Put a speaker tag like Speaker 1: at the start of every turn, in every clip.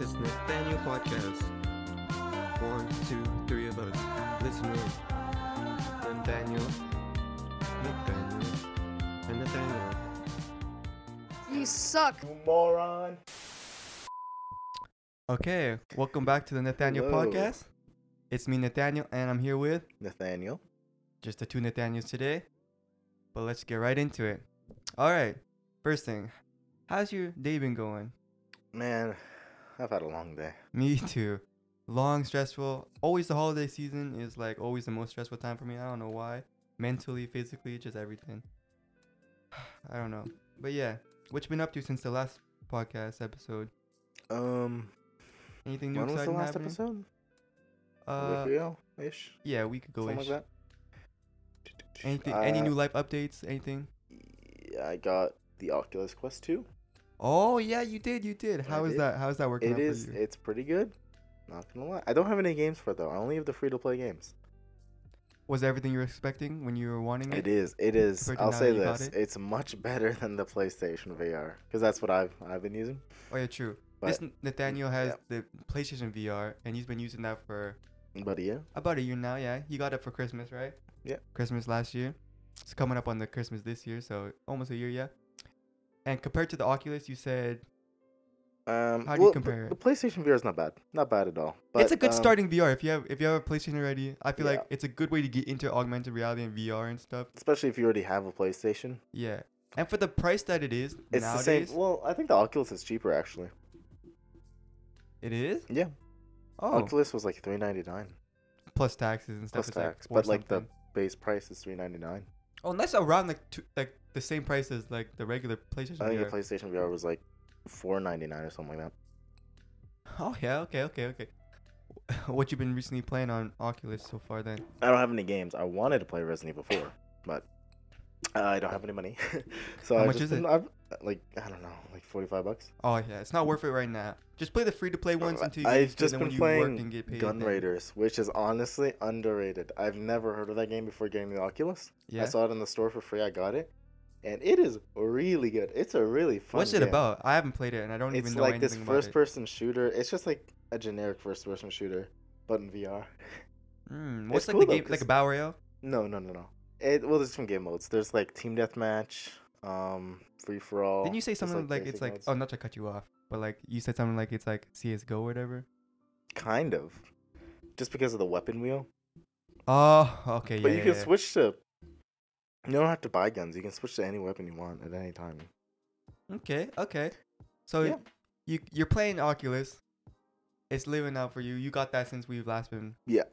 Speaker 1: Nathaniel Podcast. One, two, three of us. Listen in. Nathaniel, Nathaniel, and Nathaniel.
Speaker 2: You suck.
Speaker 3: You moron.
Speaker 1: Okay, welcome back to the Nathaniel
Speaker 3: Hello.
Speaker 1: Podcast. It's me, Nathaniel, and I'm here with
Speaker 3: Nathaniel.
Speaker 1: just the two Nathaniels today. But let's get right into it. All right, first thing, how's your day been going?
Speaker 3: Man, I've had a long day.
Speaker 1: Me too. Long, stressful. Always the holiday season is like always the most stressful time for me. I don't know why. Mentally, physically, just everything. I don't know. But yeah, what you been up to since the last podcast episode?
Speaker 3: Um,
Speaker 1: Anything new
Speaker 3: when was the
Speaker 1: exciting
Speaker 3: last
Speaker 1: happening?
Speaker 3: episode?
Speaker 1: Uh,
Speaker 3: ish?
Speaker 1: yeah, we could go.
Speaker 3: Something
Speaker 1: Ish.
Speaker 3: like that?
Speaker 1: Anything? any
Speaker 3: Uh,
Speaker 1: new life updates? Anything?
Speaker 3: yeah, I got the Oculus Quest 2.
Speaker 1: Oh yeah, you did. You did.
Speaker 3: I
Speaker 1: How is
Speaker 3: did.
Speaker 1: that? How is that working
Speaker 3: It
Speaker 1: out
Speaker 3: is,
Speaker 1: for you?
Speaker 3: it's pretty good. Not gonna lie. I don't have any games for it though. I only have the free to play games.
Speaker 1: Was everything you were expecting when you were wanting it?
Speaker 3: It is, it is.
Speaker 1: Compared to
Speaker 3: I'll
Speaker 1: now
Speaker 3: say
Speaker 1: that you got
Speaker 3: this.
Speaker 1: it?
Speaker 3: It's much better than the PlayStation VR because that's what I've I've been using.
Speaker 1: Oh yeah, true.
Speaker 3: But-
Speaker 1: this N- Nathaniel has
Speaker 3: yeah.
Speaker 1: the PlayStation VR, and he's been using that for
Speaker 3: But yeah,
Speaker 1: about a year now. Yeah, he got it for Christmas, right?
Speaker 3: Yeah.
Speaker 1: Christmas last year. It's coming up on the Christmas this year, so almost a year, yeah. And compared to the Oculus, you said
Speaker 3: um,
Speaker 1: How do you
Speaker 3: well,
Speaker 1: compare it?
Speaker 3: The, the PlayStation VR is not bad, not bad at all. But
Speaker 1: it's a good
Speaker 3: um,
Speaker 1: starting VR. If you have if you have a PlayStation already, I feel
Speaker 3: Yeah.
Speaker 1: like it's a good way to get into augmented reality and VR and stuff.
Speaker 3: especially if you already have a PlayStation.
Speaker 1: Yeah. And for the price that it is
Speaker 3: It's the
Speaker 1: nowadays,
Speaker 3: same. Well, I think the Oculus is cheaper actually.
Speaker 1: it is.
Speaker 3: Yeah,
Speaker 1: Oh,
Speaker 3: Oculus was like three ninety nine
Speaker 1: plus taxes and stuff.
Speaker 3: plus
Speaker 1: it's
Speaker 3: tax,
Speaker 1: four
Speaker 3: but like
Speaker 1: something.
Speaker 3: the base price is three ninety nine.
Speaker 1: oh, and that's around like two, like the same price as like the regular PlayStation.
Speaker 3: I think
Speaker 1: VR.
Speaker 3: the PlayStation VR was like four ninety nine or something like
Speaker 1: Oh yeah, okay, okay, okay. What you been recently playing on Oculus so far then?
Speaker 3: that. I don't have any games. I wanted to play Resident Evil four, but I don't have any money. so
Speaker 1: How
Speaker 3: I've
Speaker 1: much
Speaker 3: just
Speaker 1: is it?
Speaker 3: been- I've, like I don't know, like forty five bucks.
Speaker 1: Oh yeah, it's not worth it right now. Just play the free to play ones
Speaker 3: Uh,
Speaker 1: until you get
Speaker 3: I've
Speaker 1: used to it,
Speaker 3: just
Speaker 1: then when
Speaker 3: been
Speaker 1: you work
Speaker 3: playing
Speaker 1: and get paid.
Speaker 3: Gun
Speaker 1: then-
Speaker 3: Raiders, which is honestly underrated. I've never heard of that game before getting the Oculus.
Speaker 1: Yeah.
Speaker 3: I saw it in the store for free. I got it, and it is really good. It's a really fun.
Speaker 1: What's it
Speaker 3: game.
Speaker 1: about? I haven't played it and I don't
Speaker 3: It's
Speaker 1: even know
Speaker 3: like this
Speaker 1: anything about it.
Speaker 3: first-person shooter. It's just like a generic first-person shooter, but in VR.
Speaker 1: Mm, what's
Speaker 3: It's
Speaker 1: like
Speaker 3: cool,
Speaker 1: the
Speaker 3: though,
Speaker 1: game like a
Speaker 3: 'cause-
Speaker 1: battle royale?
Speaker 3: No, no, no, no. It well, there's different game modes. There's like team deathmatch, um, free for all.
Speaker 1: Didn't you say
Speaker 3: just,
Speaker 1: something like, it's
Speaker 3: basic
Speaker 1: like
Speaker 3: modes.
Speaker 1: oh not to cut you off, but like you said something like it's like CS:GO or whatever.
Speaker 3: kind of, just because of the weapon wheel.
Speaker 1: Oh okay yeah.
Speaker 3: But you
Speaker 1: yeah,
Speaker 3: can
Speaker 1: yeah.
Speaker 3: switch to. You don't have to buy guns. You can switch to any weapon you want at any time.
Speaker 1: Okay okay. So
Speaker 3: Yeah.
Speaker 1: you you're playing Oculus. It's living out for you. You got that since we've last been
Speaker 3: Yeah.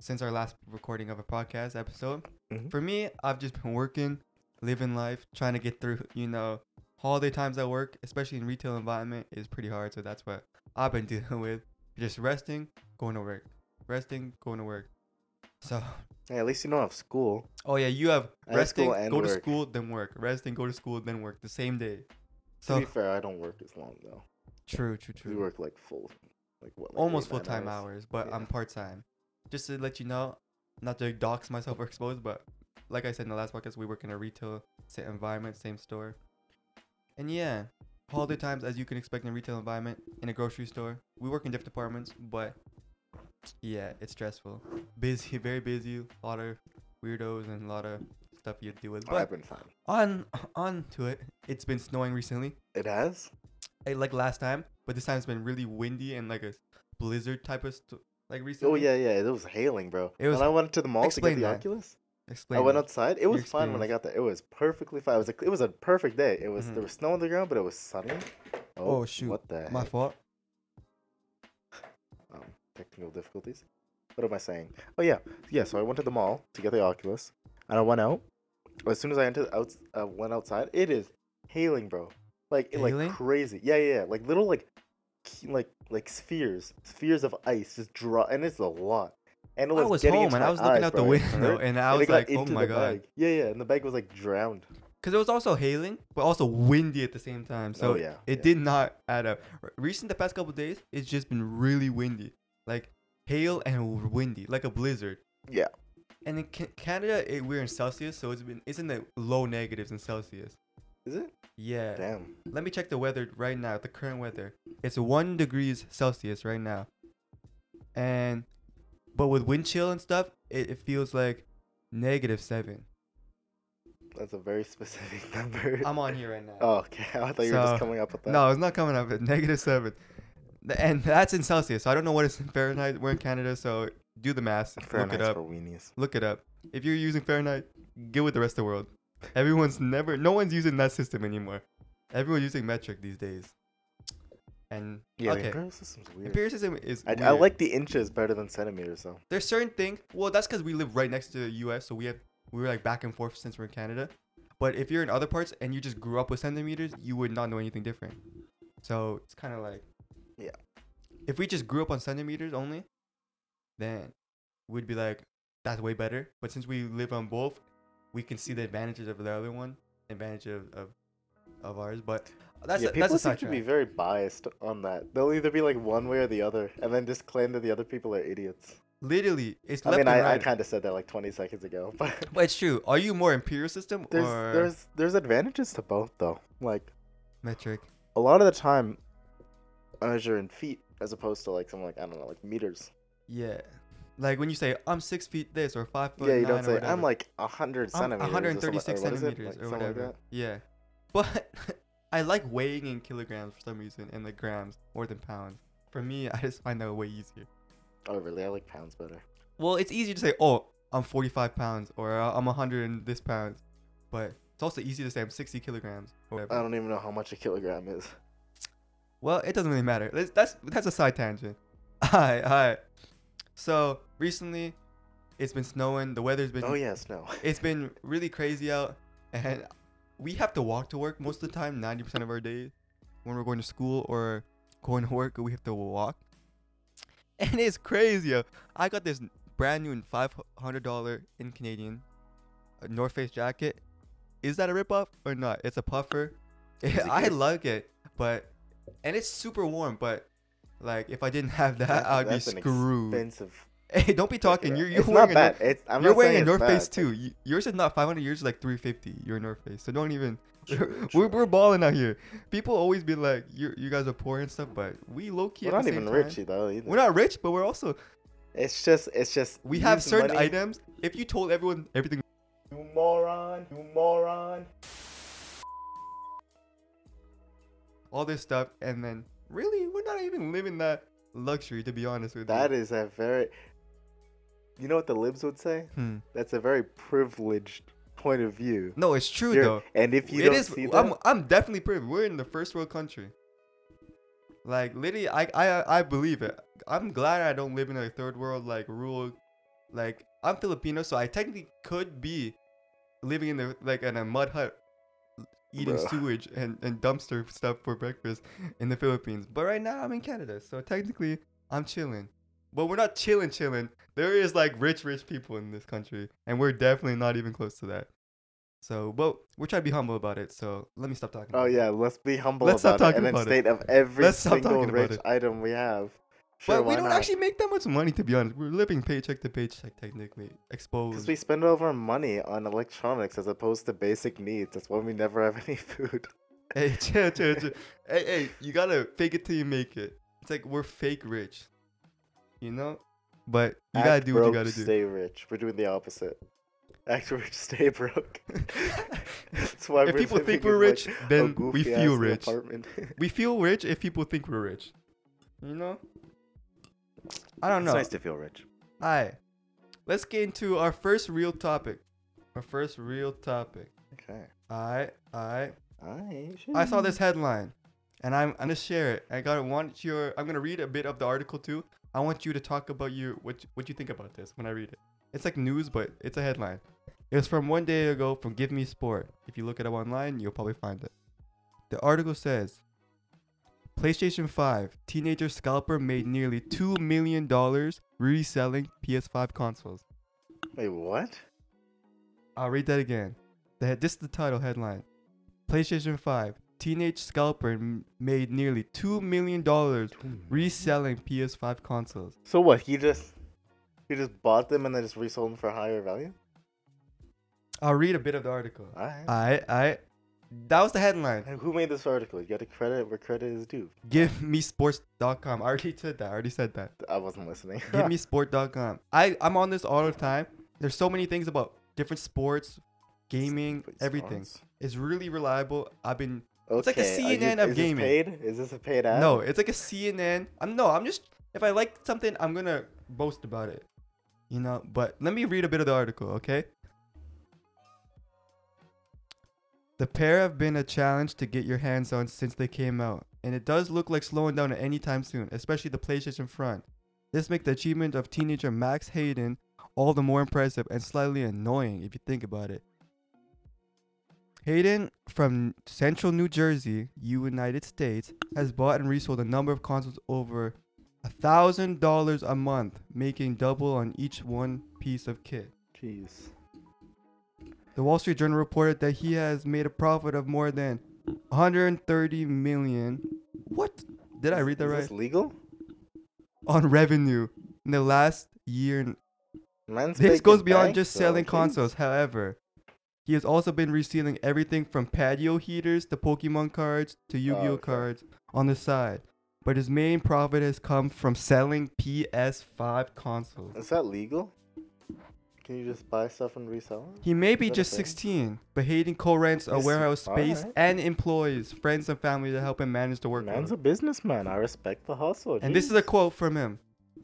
Speaker 1: since our last recording of a podcast episode.
Speaker 3: Mhm.
Speaker 1: For me, I've just been working, living life, trying to get through, you know, holiday times at work, especially in retail environment, is pretty hard. So that's what I've been dealing with. Just resting, going to work. Resting, going to work. So
Speaker 3: Hey, at least you don't have school.
Speaker 1: oh yeah, you have
Speaker 3: I have
Speaker 1: resting,
Speaker 3: school and
Speaker 1: go to
Speaker 3: work.
Speaker 1: school, then work. Resting, go to school, then work. The same day.
Speaker 3: to
Speaker 1: So
Speaker 3: be fair, I don't work as long though.
Speaker 1: true, true,
Speaker 3: We
Speaker 1: true.
Speaker 3: work like full, like what? like,
Speaker 1: Almost
Speaker 3: eight,
Speaker 1: full
Speaker 3: nine
Speaker 1: time hours, but
Speaker 3: Yeah.
Speaker 1: I'm part time. Just to let you know, not to dox myself or expose, but like I said in the last podcast, we work in a retail same environment, same store. And yeah, holiday times, as you can expect in a retail environment, in a grocery store, we work in different departments, but yeah, it's stressful. Busy, very busy, a lot of weirdos and a lot of stuff you deal with. But
Speaker 3: I've been fine.
Speaker 1: on on to it, it's been snowing recently,
Speaker 3: It has.
Speaker 1: eh, like last time, but this time it's been really windy and like a blizzard type of st- like recently.
Speaker 3: Oh yeah, yeah. It was hailing, bro.
Speaker 1: It was-
Speaker 3: when I went to the mall to
Speaker 1: Explain
Speaker 3: get the
Speaker 1: that.
Speaker 3: Oculus,
Speaker 1: Explain.
Speaker 3: I went
Speaker 1: that.
Speaker 3: outside. It was fun when I
Speaker 1: experience.
Speaker 3: got there. It was perfectly fine. It was a, it was a perfect day. It was
Speaker 1: Mhm.
Speaker 3: there was snow on the ground, but it was sunny.
Speaker 1: Oh, shoot.
Speaker 3: What the
Speaker 1: My
Speaker 3: heck?
Speaker 1: fault.
Speaker 3: um, technical difficulties. What am I saying? Oh yeah, yeah. So I went to the mall to get the Oculus, and I went out. As soon as I entered, out uh, went outside. It is hailing, bro. Like it,
Speaker 1: Hailing?
Speaker 3: like crazy. Yeah, yeah, yeah. Like little like ke- like like spheres, spheres of ice just draw, and it's a lot. And it
Speaker 1: I
Speaker 3: was
Speaker 1: was
Speaker 3: getting
Speaker 1: home
Speaker 3: into
Speaker 1: and
Speaker 3: my
Speaker 1: I was looking
Speaker 3: eyes,
Speaker 1: out the
Speaker 3: bro. It
Speaker 1: window
Speaker 3: hurt,
Speaker 1: and I
Speaker 3: and it
Speaker 1: was
Speaker 3: got
Speaker 1: like, oh
Speaker 3: into
Speaker 1: my
Speaker 3: the
Speaker 1: god.
Speaker 3: bag. Yeah, yeah. And the bag was like drowned.
Speaker 1: Because it was also hailing, but also windy at the same time. So
Speaker 3: oh yeah.
Speaker 1: it
Speaker 3: yeah.
Speaker 1: did not add up. R- Recent, the past couple days, it's just been really windy. Like hail and windy, like a blizzard.
Speaker 3: Yeah.
Speaker 1: And in Ca- Canada, it, we're in Celsius, so it's been it's in the low negatives in Celsius.
Speaker 3: Is it?
Speaker 1: Yeah.
Speaker 3: Damn.
Speaker 1: Let me check the weather right now, the current weather. It's 1 degrees Celsius right now. And but with wind chill and stuff, it, it feels like negative 7.
Speaker 3: That's a very specific number.
Speaker 1: I'm on here right now.
Speaker 3: Oh, okay. I thought you were
Speaker 1: So,
Speaker 3: just coming up with that.
Speaker 1: No, it's not coming up. It's negative seven, Th- and that's in Celsius. So I don't know what it's in Fahrenheit. We're in Canada, so do the math. Look it
Speaker 3: Fahrenheit's
Speaker 1: up.
Speaker 3: for weenies.
Speaker 1: Look it up. If you're using Fahrenheit, get with the rest of the world. Everyone's never. No one's using that system anymore. Everyone's using metric these days. And
Speaker 3: Yeah, the
Speaker 1: okay,
Speaker 3: imperial system's weird.
Speaker 1: empiricism is.
Speaker 3: I, I
Speaker 1: weird.
Speaker 3: like the inches better than centimeters though.
Speaker 1: There's certain things. Well, that's because we live right next to the U.S., so we have we were like back and forth since we're in Canada. But if you're in other parts and you just grew up with centimeters, you would not know anything different. So it's kind of like,
Speaker 3: Yeah.
Speaker 1: If we just grew up on centimeters only, then we'd be like, that's way better. But since we live on both, we can see the advantages of the other one, advantage of of, of ours. But that's
Speaker 3: yeah,
Speaker 1: a, that's
Speaker 3: people
Speaker 1: a
Speaker 3: seem to
Speaker 1: sidetrack.
Speaker 3: be very biased on that. They'll either be like one way or the other, and then just claim that the other people are idiots.
Speaker 1: Literally, it's
Speaker 3: I
Speaker 1: left
Speaker 3: mean,
Speaker 1: and
Speaker 3: I, I
Speaker 1: right.
Speaker 3: kind of said that like 20 seconds ago, but
Speaker 1: but it's true. Are you more imperial system
Speaker 3: there's
Speaker 1: or
Speaker 3: there's there's advantages to both though. Like
Speaker 1: metric?
Speaker 3: a lot of the time, I measure in feet as opposed to like something like I don't know, like meters.
Speaker 1: Yeah. Like when you say I'm six feet this or five foot.
Speaker 3: yeah, you
Speaker 1: nine,"
Speaker 3: don't
Speaker 1: or
Speaker 3: say
Speaker 1: whatever.
Speaker 3: I'm like 100
Speaker 1: I'm
Speaker 3: centimeters. or something-
Speaker 1: 136
Speaker 3: or what is it?
Speaker 1: centimeters
Speaker 3: Like,
Speaker 1: or
Speaker 3: something like
Speaker 1: whatever.
Speaker 3: that.
Speaker 1: yeah. But I like weighing in kilograms for some reason and like grams more than pounds. For me, I just find that way easier.
Speaker 3: Oh really? I like pounds better.
Speaker 1: Well, it's easier to say, oh, I'm 45 pounds or "Uh, I'm 100 and this pounds. But it's also easy to say I'm 60 kilograms or
Speaker 3: I
Speaker 1: whatever.
Speaker 3: don't even know how much a kilogram is.
Speaker 1: Well, it doesn't really matter. That's that's, that's a side tangent. Alright, alright. So recently, it's been snowing. The weather's been
Speaker 3: Oh yeah, snow.
Speaker 1: it's been really crazy out and we have to walk to work most of the time 90% of our days when we're going to school or going to work we have to walk and it's crazy yo. i got this brand new $500 in canadian uh, north face jacket is that a ripoff or not it's a puffer
Speaker 3: it
Speaker 1: i
Speaker 3: good?
Speaker 1: like it but and it's super warm but like if i didn't have that
Speaker 3: That's-
Speaker 1: i'd be
Speaker 3: that's an
Speaker 1: screwed
Speaker 3: Expensive.
Speaker 1: hey don't be talking
Speaker 3: Yeah,
Speaker 1: you're, you're
Speaker 3: it's
Speaker 1: wearing
Speaker 3: not
Speaker 1: a
Speaker 3: bad.
Speaker 1: North-
Speaker 3: It's, I'm
Speaker 1: you're
Speaker 3: not
Speaker 1: wearing a
Speaker 3: saying
Speaker 1: North
Speaker 3: it's
Speaker 1: Face
Speaker 3: bad,
Speaker 1: too. Y- Yours is not 500. Yours is like 350. You're a North Face, so don't even.
Speaker 3: but- True,
Speaker 1: We're,
Speaker 3: true.
Speaker 1: we're balling out here. People always be like, "You you guys are poor and stuff," but we low key.
Speaker 3: We're
Speaker 1: at
Speaker 3: not
Speaker 1: the same
Speaker 3: even rich
Speaker 1: time-
Speaker 3: though either.
Speaker 1: We're not rich, but we're also
Speaker 3: It's just it's just
Speaker 1: we have
Speaker 3: use
Speaker 1: certain
Speaker 3: money-
Speaker 1: items. If you told everyone everything,
Speaker 3: You moron, you moron.
Speaker 1: all this stuff, and then really, we're not even living that luxury to be honest with
Speaker 3: That
Speaker 1: you.
Speaker 3: is a very You know what the libs would say?
Speaker 1: Hmm.
Speaker 3: That's a very privileged point of view.
Speaker 1: No, it's true
Speaker 3: You're-
Speaker 1: though.
Speaker 3: And if you
Speaker 1: It
Speaker 3: don't
Speaker 1: is-
Speaker 3: see that,
Speaker 1: I'm I'm definitely privileged. We're in the first world country. Like literally, I I I believe it. I'm glad I don't live in a third world like rural. Like I'm Filipino, so I technically could be living in the like in a mud hut, eating
Speaker 3: Bruh.
Speaker 1: sewage and and dumpster stuff for breakfast in the Philippines. But right now I'm in Canada, so technically I'm chilling. But we're not chilling, chilling. There is like rich, rich people in this country, and we're definitely not even close to that. So, but we're trying to be humble about it. So let me stop talking.
Speaker 3: oh
Speaker 1: about it.
Speaker 3: yeah, let's be humble
Speaker 1: Let's stop
Speaker 3: about it
Speaker 1: talking
Speaker 3: and then
Speaker 1: about it.
Speaker 3: state of every
Speaker 1: Let's stop
Speaker 3: single
Speaker 1: talking about
Speaker 3: rich
Speaker 1: it.
Speaker 3: item we have. Sure,
Speaker 1: But we
Speaker 3: why
Speaker 1: don't
Speaker 3: not?
Speaker 1: actually make that much money, to be honest. We're living paycheck to paycheck, technically.
Speaker 3: because
Speaker 1: Exposed.
Speaker 3: we spend all of our money on electronics as opposed to basic needs. That's why we never have any food.
Speaker 1: hey, chill, chill, chill. hey, hey, you gotta fake it till you make it. It's like we're fake rich, you know. But you gotta
Speaker 3: Act
Speaker 1: do what
Speaker 3: broke,
Speaker 1: you gotta do.
Speaker 3: Stay rich. We're doing the opposite. Act rich, stay broke. That's why
Speaker 1: if
Speaker 3: we're
Speaker 1: people think
Speaker 3: living in,
Speaker 1: we're
Speaker 3: like,
Speaker 1: rich,
Speaker 3: a
Speaker 1: then we
Speaker 3: goofy-ass
Speaker 1: feel
Speaker 3: little
Speaker 1: rich.
Speaker 3: apartment.
Speaker 1: We feel rich if people think we're rich. You know. I don't know.
Speaker 3: to feel rich.
Speaker 1: All right, let's get into our first real topic. Our first real topic.
Speaker 3: Okay.
Speaker 1: All right, all right.
Speaker 3: I,
Speaker 1: I saw this headline, and I'm, I'm gonna share it. I gotta want your. I'm gonna read a bit of the article too. I want you to talk about your what you- what you think about this when I read it. It's like news, but it's a headline. It was from one day ago from Give Me Sport. If you look it up online, you'll probably find it. The article says, PlayStation 5 teenager scalper made nearly two million dollars reselling PS5 consoles.
Speaker 3: Wait, what?
Speaker 1: I'll read that again. The, this is the title headline. PlayStation 5 Teenage Scalper m- made nearly $2 million reselling PS5 consoles.
Speaker 3: So what? He just he just bought them and then just resold them for a higher value.
Speaker 1: I'll read a bit of the article.
Speaker 3: All right.
Speaker 1: Alright, alright. That was the headline.
Speaker 3: And who made this article? You got to credit where credit is due.
Speaker 1: Give me sports.com. I already said that. I already said that.
Speaker 3: I wasn't listening.
Speaker 1: Give me sport.com. I, I'm on this all the time. There's so many things about different sports, gaming,
Speaker 3: But it's
Speaker 1: everything.
Speaker 3: not.
Speaker 1: It's really reliable. I've been It's like a
Speaker 3: Okay, are
Speaker 1: CNN of
Speaker 3: is
Speaker 1: gaming.
Speaker 3: This paid? Is this a paid ad?
Speaker 1: no, it's like a CNN. I'm no, I'm just if I like something, I'm gonna boast about it. You know, but let me read a bit of the article, okay? The pair have been a challenge to get your hands on since they came out, and it does look like slowing down at any time soon, especially the PlayStation front. This makes the achievement of teenager Max Hayden all the more impressive and slightly annoying if you think about it. Hayden from Central New Jersey, United States, has bought and resold a number of consoles over thousand dollars a month, making double on each one piece of kit.
Speaker 3: Jeez.
Speaker 1: The Wall Street Journal reported that he has made a profit of more than 130 million. What? Did I
Speaker 3: Is-
Speaker 1: read that
Speaker 3: is
Speaker 1: right?
Speaker 3: This legal?
Speaker 1: On revenue in the last year and
Speaker 3: Man's
Speaker 1: This
Speaker 3: making
Speaker 1: goes beyond
Speaker 3: bank,
Speaker 1: just
Speaker 3: though,
Speaker 1: selling
Speaker 3: jeez.
Speaker 1: consoles, however. He has also been reselling everything from patio heaters to Pokemon cards to Yu Gi Oh
Speaker 3: okay.
Speaker 1: cards on the side. But his main profit has come from selling PS5 consoles.
Speaker 3: Is that legal? Can you just buy stuff and resell it?
Speaker 1: He may be
Speaker 3: Is that a
Speaker 1: just
Speaker 3: thing?
Speaker 1: 16, but Hayden co rents a
Speaker 3: Yes,
Speaker 1: warehouse space
Speaker 3: alright.
Speaker 1: and employees, friends, and family to help him manage the
Speaker 3: Man's
Speaker 1: workload.
Speaker 3: a businessman. I respect the hustle.
Speaker 1: and this is
Speaker 3: jeez.
Speaker 1: a quote from him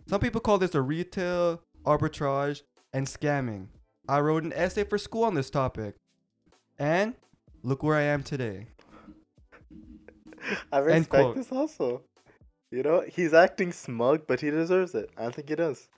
Speaker 1: Some people call this a retail arbitrage and scamming. I wrote an essay for school on this topic. And look where I am today.
Speaker 3: I respect
Speaker 1: quote.
Speaker 3: this hustle. You know, he's acting smug, but he deserves it. I think he does.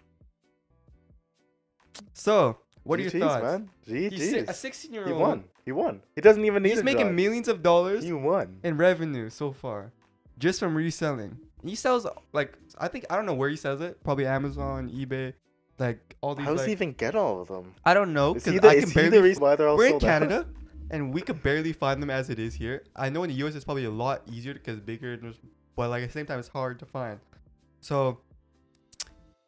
Speaker 1: So, what are your
Speaker 3: GGs,
Speaker 1: thoughts?
Speaker 3: man?
Speaker 1: He's si- a
Speaker 3: GG's.
Speaker 1: 16 year
Speaker 3: He
Speaker 1: old.
Speaker 3: won. He won. He doesn't even need
Speaker 1: He's
Speaker 3: a
Speaker 1: making
Speaker 3: job.
Speaker 1: millions of dollars
Speaker 3: He won.
Speaker 1: in revenue so far just from reselling. He sells, like, I think, I don't know where he sells it. Probably Amazon, eBay, like, all these.
Speaker 3: How does
Speaker 1: like-
Speaker 3: he even get all of them?
Speaker 1: I don't know
Speaker 3: Is he
Speaker 1: because
Speaker 3: the,
Speaker 1: I
Speaker 3: is
Speaker 1: can
Speaker 3: he the
Speaker 1: barely.
Speaker 3: reason why they're all
Speaker 1: We're in
Speaker 3: sold out?
Speaker 1: Canada, and we could barely find them as it is here. I know in the US it's probably a lot easier because bigger, and there's- but like at the same time it's hard to find. So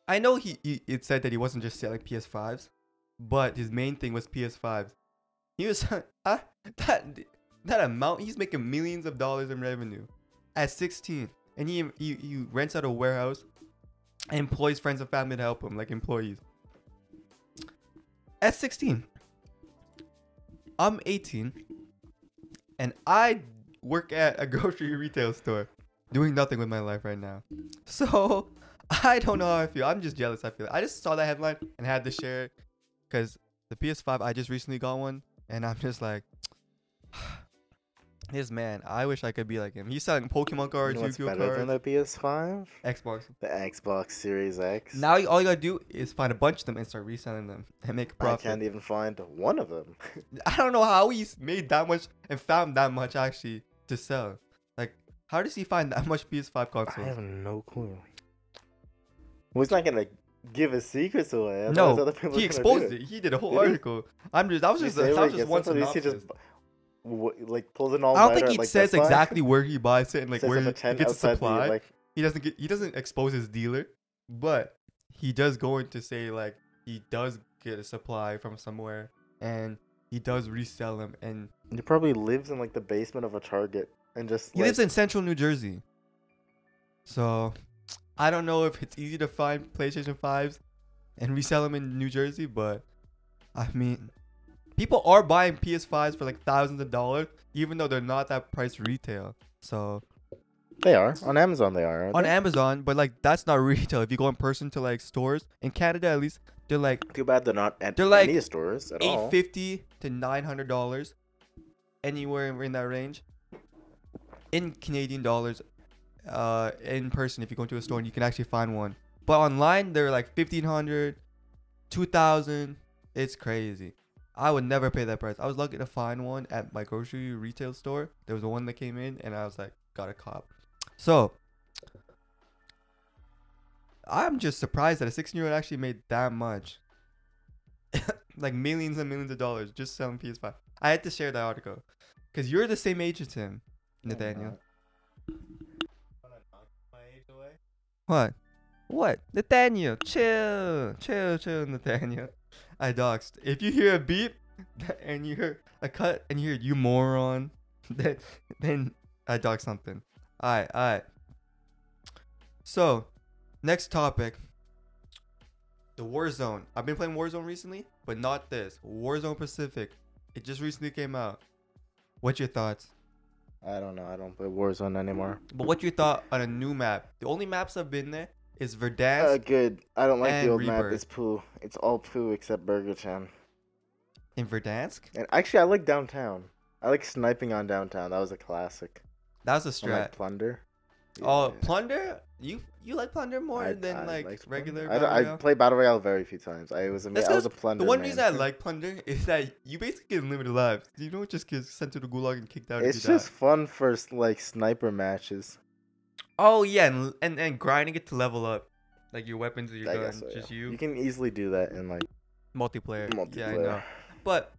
Speaker 1: I know he, he it said that he wasn't just selling PS5s, but his main thing was PS5s. He was I that that amount he's making millions of dollars in revenue at 16, and he he, he rents out a warehouse and employs friends and family to help him, like employees. At 16, I'm 18 and I work at a grocery retail store doing nothing with my life right now. So I don't know how I feel. I'm just jealous. I feel I just saw that headline and had to share it because the PS5, I just recently got one and I'm just like, this man, I wish I could be like him. He's selling Pokemon
Speaker 3: You
Speaker 1: cards,
Speaker 3: know what's
Speaker 1: Yu Gi Oh
Speaker 3: better than
Speaker 1: cards,
Speaker 3: the PS5?
Speaker 1: Xbox.
Speaker 3: The Xbox Series X.
Speaker 1: Now you- all you gotta do is find a bunch of them and start reselling them and make a
Speaker 3: I
Speaker 1: profit.
Speaker 3: can't even find one of them.
Speaker 1: I don't know how he's made that much and found that much actually to sell. Like, how does he find that much PS5
Speaker 3: I
Speaker 1: consoles?
Speaker 3: have no clue. Well, he's not gonna give his secrets away. otherwise
Speaker 1: No,
Speaker 3: other people
Speaker 1: he
Speaker 3: are gonna do
Speaker 1: exposed it. He did a whole
Speaker 3: Did he?
Speaker 1: article. I'm just that was
Speaker 3: You
Speaker 1: just
Speaker 3: say
Speaker 1: that
Speaker 3: where
Speaker 1: was
Speaker 3: he
Speaker 1: just
Speaker 3: gets
Speaker 1: one
Speaker 3: it, or does he
Speaker 1: synopsis.
Speaker 3: just bu- wh- like pulls an all
Speaker 1: I don't think
Speaker 3: nighter,
Speaker 1: he
Speaker 3: like,
Speaker 1: says
Speaker 3: Best Buy?
Speaker 1: exactly where he buys it and like
Speaker 3: Sets
Speaker 1: where
Speaker 3: up a
Speaker 1: he
Speaker 3: tent
Speaker 1: gets a
Speaker 3: outside the,
Speaker 1: supply.
Speaker 3: like,
Speaker 1: he doesn't get he doesn't expose his dealer, but he does go in to say like he does get a supply from somewhere and he does resell them and
Speaker 3: he probably lives in like the basement of a Target and just.
Speaker 1: He
Speaker 3: like,
Speaker 1: lives in central New Jersey. So I don't know if it's easy to find PlayStation 5s and resell them in New Jersey, but I mean, people are buying PS5s for like thousands of dollars, even though they're not that price retail. So
Speaker 3: They are on Amazon. They are aren't
Speaker 1: on
Speaker 3: they?
Speaker 1: Amazon, but like that's not retail. If you go in person to like stores in Canada, at least they're like
Speaker 3: Too bad they're not at
Speaker 1: They're, like,
Speaker 3: any stores at all.
Speaker 1: eight fifty to nine hundred dollars, anywhere in that range. In Canadian dollars, uh, in person, if you go to a store and you can actually find one, but online they're like 1500 2000 It's crazy. I would never pay that price. I was lucky to find one at my grocery retail store. There was one that came in, and I was like, got a cop. So. I'm just surprised that a 16 year old actually made that much like millions and millions of dollars just selling PS5. I had to share that article because you're the same age as him, Nathaniel. What? What? Nathaniel, chill, chill, chill, Nathaniel. I doxed. If you hear a beep and you hear a cut and you hear you moron, then, then I dog something. All right, all right. So, next topic. The Warzone. I've been playing Warzone recently, but not this. Warzone Pacific. It just recently came out. What's your thoughts?
Speaker 3: I don't know. I don't play Warzone anymore.
Speaker 1: But what you thought on a new map? The only maps I've been there is Verdansk.
Speaker 3: Uh, good. I don't like
Speaker 1: And
Speaker 3: the old map.
Speaker 1: Rebirth.
Speaker 3: It's poo. It's all poo except Burger Town.
Speaker 1: in Verdansk?
Speaker 3: And actually, I like downtown. I like sniping on downtown. That was a classic.
Speaker 1: That was a
Speaker 3: And, like
Speaker 1: strat.
Speaker 3: plunder.
Speaker 1: Oh,
Speaker 3: Yeah.
Speaker 1: plunder? You you like plunder more
Speaker 3: I-
Speaker 1: than
Speaker 3: I
Speaker 1: like
Speaker 3: liked Plunder.
Speaker 1: regular?
Speaker 3: I, don't-
Speaker 1: Battle
Speaker 3: I
Speaker 1: Royale?
Speaker 3: played battle royale very few times. I was a, ma-
Speaker 1: That's
Speaker 3: I was a
Speaker 1: 'cause
Speaker 3: plunder.
Speaker 1: The one
Speaker 3: man.
Speaker 1: reason I like plunder is that you basically get unlimited lives. You don't just get sent to the gulag and kicked out.
Speaker 3: It's
Speaker 1: if you die.
Speaker 3: just fun for s- like sniper matches.
Speaker 1: oh yeah, and, and and grinding it to level up, like your weapons and your
Speaker 3: I
Speaker 1: gun,
Speaker 3: guess so, yeah.
Speaker 1: just you.
Speaker 3: You can easily do that in like
Speaker 1: multiplayer.
Speaker 3: multiplayer.
Speaker 1: Yeah, I know. But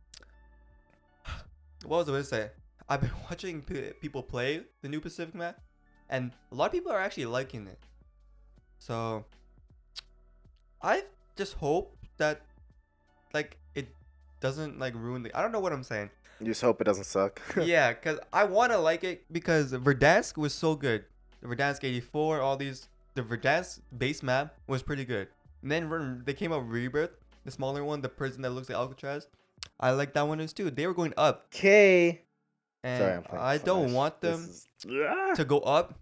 Speaker 1: what was I going to say? I've been watching p- people play the new Pacific map, and a lot of people are actually liking it. So I just hope that like it doesn't like ruin the. I don't know what I'm saying.
Speaker 3: You just hope it doesn't suck.
Speaker 1: yeah, because I want to like it because Verdansk was so good. The Verdansk 84, all these. The Verdansk base map was pretty good. And then when they came out with Rebirth, the smaller one, the prison that looks like Alcatraz. I like that one as too. They were going up,
Speaker 3: Okay.
Speaker 1: and
Speaker 3: Sorry, I'm playing.
Speaker 1: I don't
Speaker 3: Flash.
Speaker 1: want
Speaker 3: This
Speaker 1: them
Speaker 3: is- Ah!
Speaker 1: to go up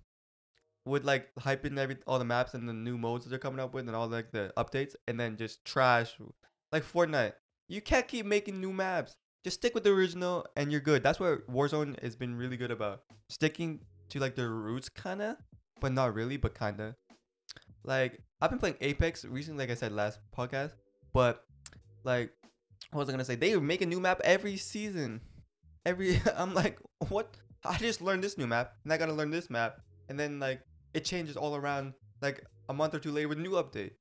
Speaker 1: with like hyping every all the maps and the new modes that they're coming up with and all like the updates, and then just trash like Fortnite. You can't keep making new maps. Just stick with the original, and you're good. That's what Warzone has been really good about sticking to like their roots, kinda, but not really, but kinda. Like I've been playing Apex recently, like I said last podcast, but like what was I gonna say? They make a new map every season. Every I'm like, what? I just learned this new map, and I gotta learn this map, and then like it changes all around like a month or two later with a new update.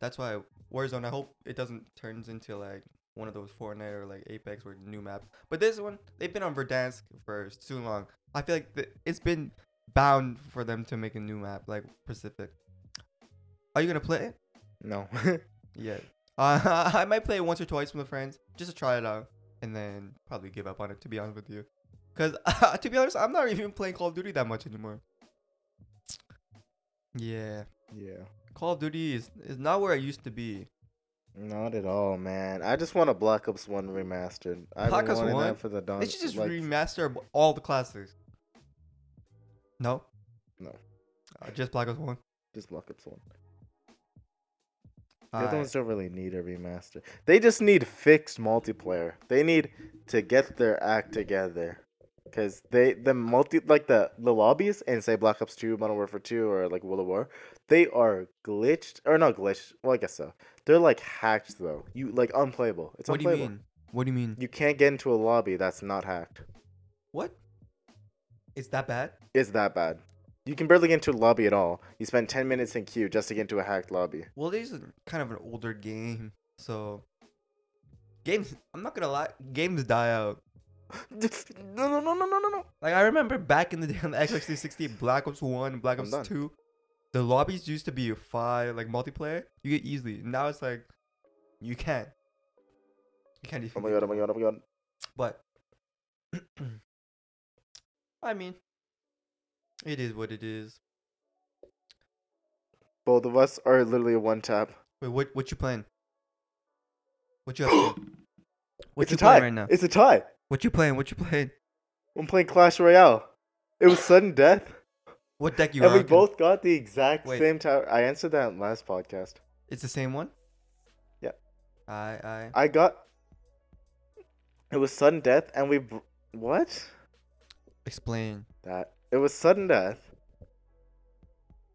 Speaker 1: That's why Warzone. I hope it doesn't turns into like one of those Fortnite or like Apex where new maps. But this one, they've been on Verdansk for too long. I feel like th- it's been bound for them to make a new map like Pacific. Are you gonna play it?
Speaker 3: No.
Speaker 1: Yeah. Uh, I might play it once or twice with friends just to try it out and then probably give up on it, to be honest with you. Because, to be honest, I'm not even playing Call of Duty that much anymore. Yeah.
Speaker 3: yeah.
Speaker 1: Call of Duty is, is not where I used to be.
Speaker 3: Not at all, man. I just want a Black Ops One remastered. I've
Speaker 1: Black
Speaker 3: Black
Speaker 1: Ops
Speaker 3: Ops
Speaker 1: 1?
Speaker 3: that for the dawn.
Speaker 1: They should just
Speaker 3: Uh, like,
Speaker 1: remaster all the classics. No?
Speaker 3: No.
Speaker 1: Uh, just Black Ops 1.
Speaker 3: just Black Ops One. The
Speaker 1: Alright.
Speaker 3: other ones don't really need a remaster. They just need fixed multiplayer. They need to get their act together. Cause they the multi like the the lobbies and say Black Ops Two, Modern Warfare Two, or like World of War, they are glitched or not glitched. Well, I guess so. They're like hacked though. You like unplayable. It's
Speaker 1: What do you
Speaker 3: unplayable.
Speaker 1: mean? What do you mean?
Speaker 3: You can't get into a lobby that's not hacked.
Speaker 1: What? It's that bad?
Speaker 3: It's that bad. You can barely get into a lobby at all. You spend 10 minutes in queue just to get into a hacked lobby.
Speaker 1: Well, this is kind of an older game, so games. I'm not gonna lie, games die out.
Speaker 3: no, no, no, no, no, no, no.
Speaker 1: Like I remember back in the day on the Xbox 360, Black Ops One, Black
Speaker 3: I'm
Speaker 1: Ops
Speaker 3: done.
Speaker 1: Two, the lobbies used to be five, like multiplayer. You get easily. Now it's like you can't. You can't even.
Speaker 3: Oh my
Speaker 1: do
Speaker 3: god, oh my god, oh my god.
Speaker 1: But I mean, it is what it is.
Speaker 3: Both of us are literally one tap.
Speaker 1: Wait, what? What you playing? What you up to? What
Speaker 3: it's
Speaker 1: you
Speaker 3: a tie.
Speaker 1: playing right now?
Speaker 3: It's a tie.
Speaker 1: What you playing? What you playing?
Speaker 3: I'm playing Clash Royale. It was sudden death.
Speaker 1: What deck you
Speaker 3: and we
Speaker 1: rocking?
Speaker 3: both got the exact
Speaker 1: Wait.
Speaker 3: same tower. I answered that last podcast.
Speaker 1: It's the same one.
Speaker 3: Yeah.
Speaker 1: I I
Speaker 3: I got. It was sudden death, and we. br- What?
Speaker 1: explain.
Speaker 3: that it was sudden death.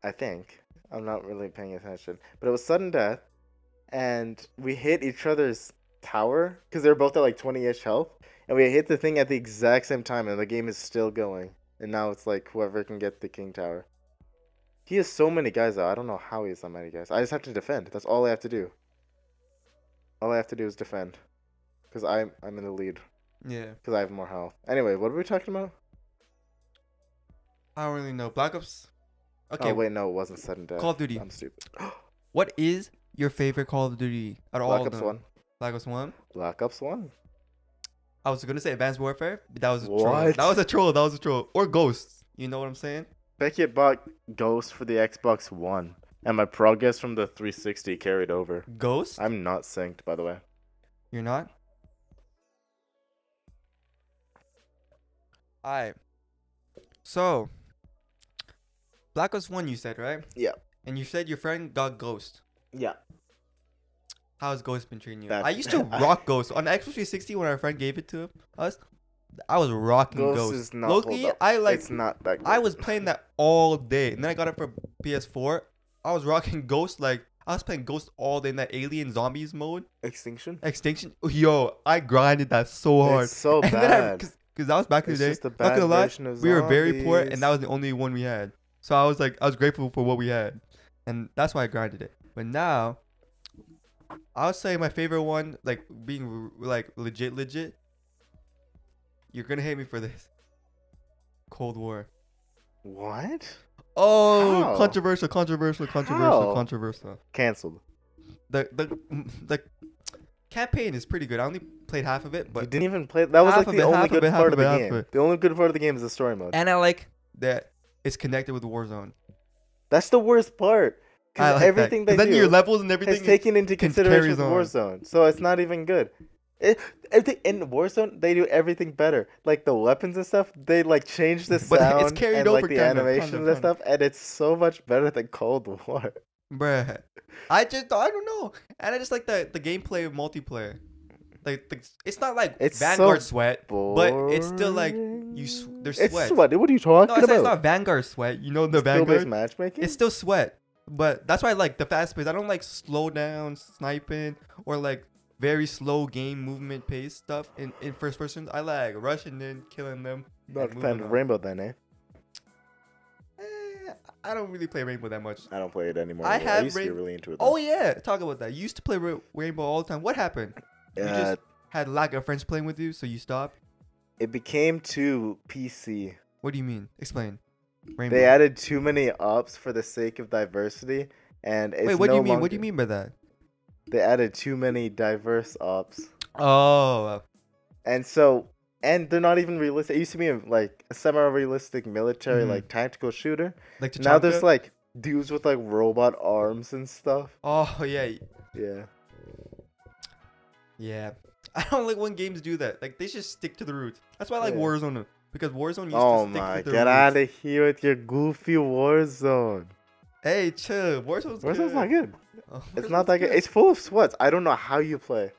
Speaker 3: I think I'm not really paying attention, but it was sudden death, and we hit each other's tower because they were both at like 20-ish health, and we hit the thing at the exact same time, and the game is still going. And now it's like whoever can get the king tower. He has so many guys though. I don't know how he has so many guys. I just have to defend. That's all I have to do. All I have to do is defend, because I'm I'm in the lead
Speaker 1: Yeah,
Speaker 3: because I have more health. Anyway, what were we talking about?
Speaker 1: I don't really know. Black Ops. Okay,
Speaker 3: Okay. Oh wait, no, it wasn't sudden death.
Speaker 1: Call of Duty.
Speaker 3: I'm stupid.
Speaker 1: what is your favorite Call of Duty at all?
Speaker 3: Black
Speaker 1: of
Speaker 3: Ops
Speaker 1: them?
Speaker 3: One.
Speaker 1: Black Ops One.
Speaker 3: Black Ops One.
Speaker 1: I was gonna say Advanced Warfare, but that was a troll.
Speaker 3: What?
Speaker 1: That was a troll. That was a troll. Or Ghosts. You know what I'm saying?
Speaker 3: Beckett bought Ghost for the Xbox One, and my progress from the 360 carried over.
Speaker 1: Ghosts?
Speaker 3: I'm not synced, by the way.
Speaker 1: You're not. Alright. So, Black Ops One, you said right?
Speaker 3: Yeah.
Speaker 1: And you said your friend got Ghost.
Speaker 3: Yeah.
Speaker 1: How's Ghost been treating you?
Speaker 3: That-
Speaker 1: I used to
Speaker 3: I-
Speaker 1: rock Ghost on the Xbox 360 when our friend gave it to us. I was rocking
Speaker 3: Ghost,
Speaker 1: Mm, Ghost.
Speaker 3: is not.
Speaker 1: Loki,
Speaker 3: hold up.
Speaker 1: I like.
Speaker 3: It's not that. Good.
Speaker 1: I was playing that all day, and then I got it for PS4. I was rocking Ghost like I was playing Ghost all day in that Alien Zombies mode.
Speaker 3: Extinction.
Speaker 1: Extinction. Yo, I grinded that so hard.
Speaker 3: It's so
Speaker 1: and then I,
Speaker 3: bad.
Speaker 1: cause, 'cause that was back in
Speaker 3: It's
Speaker 1: the day.
Speaker 3: just a
Speaker 1: not
Speaker 3: bad
Speaker 1: gonna lie,
Speaker 3: version of
Speaker 1: we were very poor, and
Speaker 3: zombies.
Speaker 1: that was the only one we had. So I was like, I was grateful for what we had, and that's why I grinded it. But now, I would say my favorite one, like being r- like legit, legit. You're gonna hate me for this. Cold War.
Speaker 3: What?
Speaker 1: Oh,
Speaker 3: How?
Speaker 1: controversial, controversial, controversial,
Speaker 3: How?
Speaker 1: controversial.
Speaker 3: Cancelled.
Speaker 1: The the the campaign is pretty good. I only played half of it,
Speaker 3: But
Speaker 1: but
Speaker 3: you didn't even play. That was
Speaker 1: Half
Speaker 3: like
Speaker 1: of
Speaker 3: the
Speaker 1: it, half
Speaker 3: only
Speaker 1: of
Speaker 3: good
Speaker 1: it, half
Speaker 3: part
Speaker 1: of
Speaker 3: of
Speaker 1: it,
Speaker 3: the
Speaker 1: half
Speaker 3: game.
Speaker 1: of it.
Speaker 3: The only good part of the game is the story mode.
Speaker 1: and I like that it's connected with Warzone.
Speaker 3: That's the worst part.
Speaker 1: I
Speaker 3: Because
Speaker 1: like that.
Speaker 3: everything
Speaker 1: 'Cause
Speaker 3: they
Speaker 1: then your
Speaker 3: do
Speaker 1: levels and
Speaker 3: has
Speaker 1: everything. is-
Speaker 3: taken into
Speaker 1: can-
Speaker 3: consideration
Speaker 1: carries on.
Speaker 3: Warzone, so it's not even good. It, everything in Warzone, they do everything better. Like the weapons and stuff, they like change the
Speaker 1: But it's
Speaker 3: sound
Speaker 1: carried
Speaker 3: and like
Speaker 1: over
Speaker 3: the
Speaker 1: kinda,
Speaker 3: animations
Speaker 1: kinda,
Speaker 3: and
Speaker 1: kinda.
Speaker 3: stuff, and it's so much better than Cold War.
Speaker 1: Bruh. I just I don't know. And I just like the the gameplay of multiplayer. Like the, it's not like
Speaker 3: It's so
Speaker 1: Vanguard sweat,
Speaker 3: Boring.
Speaker 1: but it's still like you s- there's
Speaker 3: It's
Speaker 1: sweat.
Speaker 3: sweat. What are you talking
Speaker 1: No, it's, it's
Speaker 3: about?
Speaker 1: not Vanguard sweat. You know the
Speaker 3: Skill-based
Speaker 1: Vanguard.
Speaker 3: matchmaking.
Speaker 1: It's still sweat, but that's why I like the fast pace. I don't like slow down sniping or like very slow game movement pace stuff in, in first person. I like rushing in, killing them. and
Speaker 3: not a
Speaker 1: moving
Speaker 3: fan of
Speaker 1: on.
Speaker 3: Rainbow then, eh?
Speaker 1: Eh, I don't really play Rainbow that much.
Speaker 3: I don't play it anymore.
Speaker 1: I
Speaker 3: anymore.
Speaker 1: have
Speaker 3: used to
Speaker 1: Rain-
Speaker 3: get really into it.
Speaker 1: Oh yeah, talk about that. You used to play Ra- Rainbow all the time. What happened?
Speaker 3: though.
Speaker 1: you
Speaker 3: Uh,
Speaker 1: just had lack of friends playing with you, so you stopped.
Speaker 3: it became too PC.
Speaker 1: What do you mean? Explain. Rainbow.
Speaker 3: They added too many ops for the sake of diversity, and it's
Speaker 1: Wait, what do
Speaker 3: no
Speaker 1: you mean? What do you
Speaker 3: longer-
Speaker 1: mean by that?
Speaker 3: They added too many diverse ops,
Speaker 1: Oh, uh,
Speaker 3: and so and they're not even realistic. It used to be a, like a semi-realistic military,
Speaker 1: Mhm.
Speaker 3: like tactical shooter.
Speaker 1: like Tachanka?
Speaker 3: Now there's like dudes with like robot arms and stuff.
Speaker 1: Oh yeah,
Speaker 3: Yeah,
Speaker 1: yeah. I don't like when games do that. Like they should stick to the roots. That's why I like
Speaker 3: Yeah.
Speaker 1: Warzone because Warzone used
Speaker 3: Oh
Speaker 1: to stick
Speaker 3: my,
Speaker 1: with the
Speaker 3: get
Speaker 1: roots.
Speaker 3: out of here with your goofy Warzone.
Speaker 1: Hey, chill. Warzone's
Speaker 3: Warzone's
Speaker 1: good.
Speaker 3: not good.
Speaker 1: Oh,
Speaker 3: It's
Speaker 1: Warzone's
Speaker 3: not that good. It's full of sweats. I don't know how you play.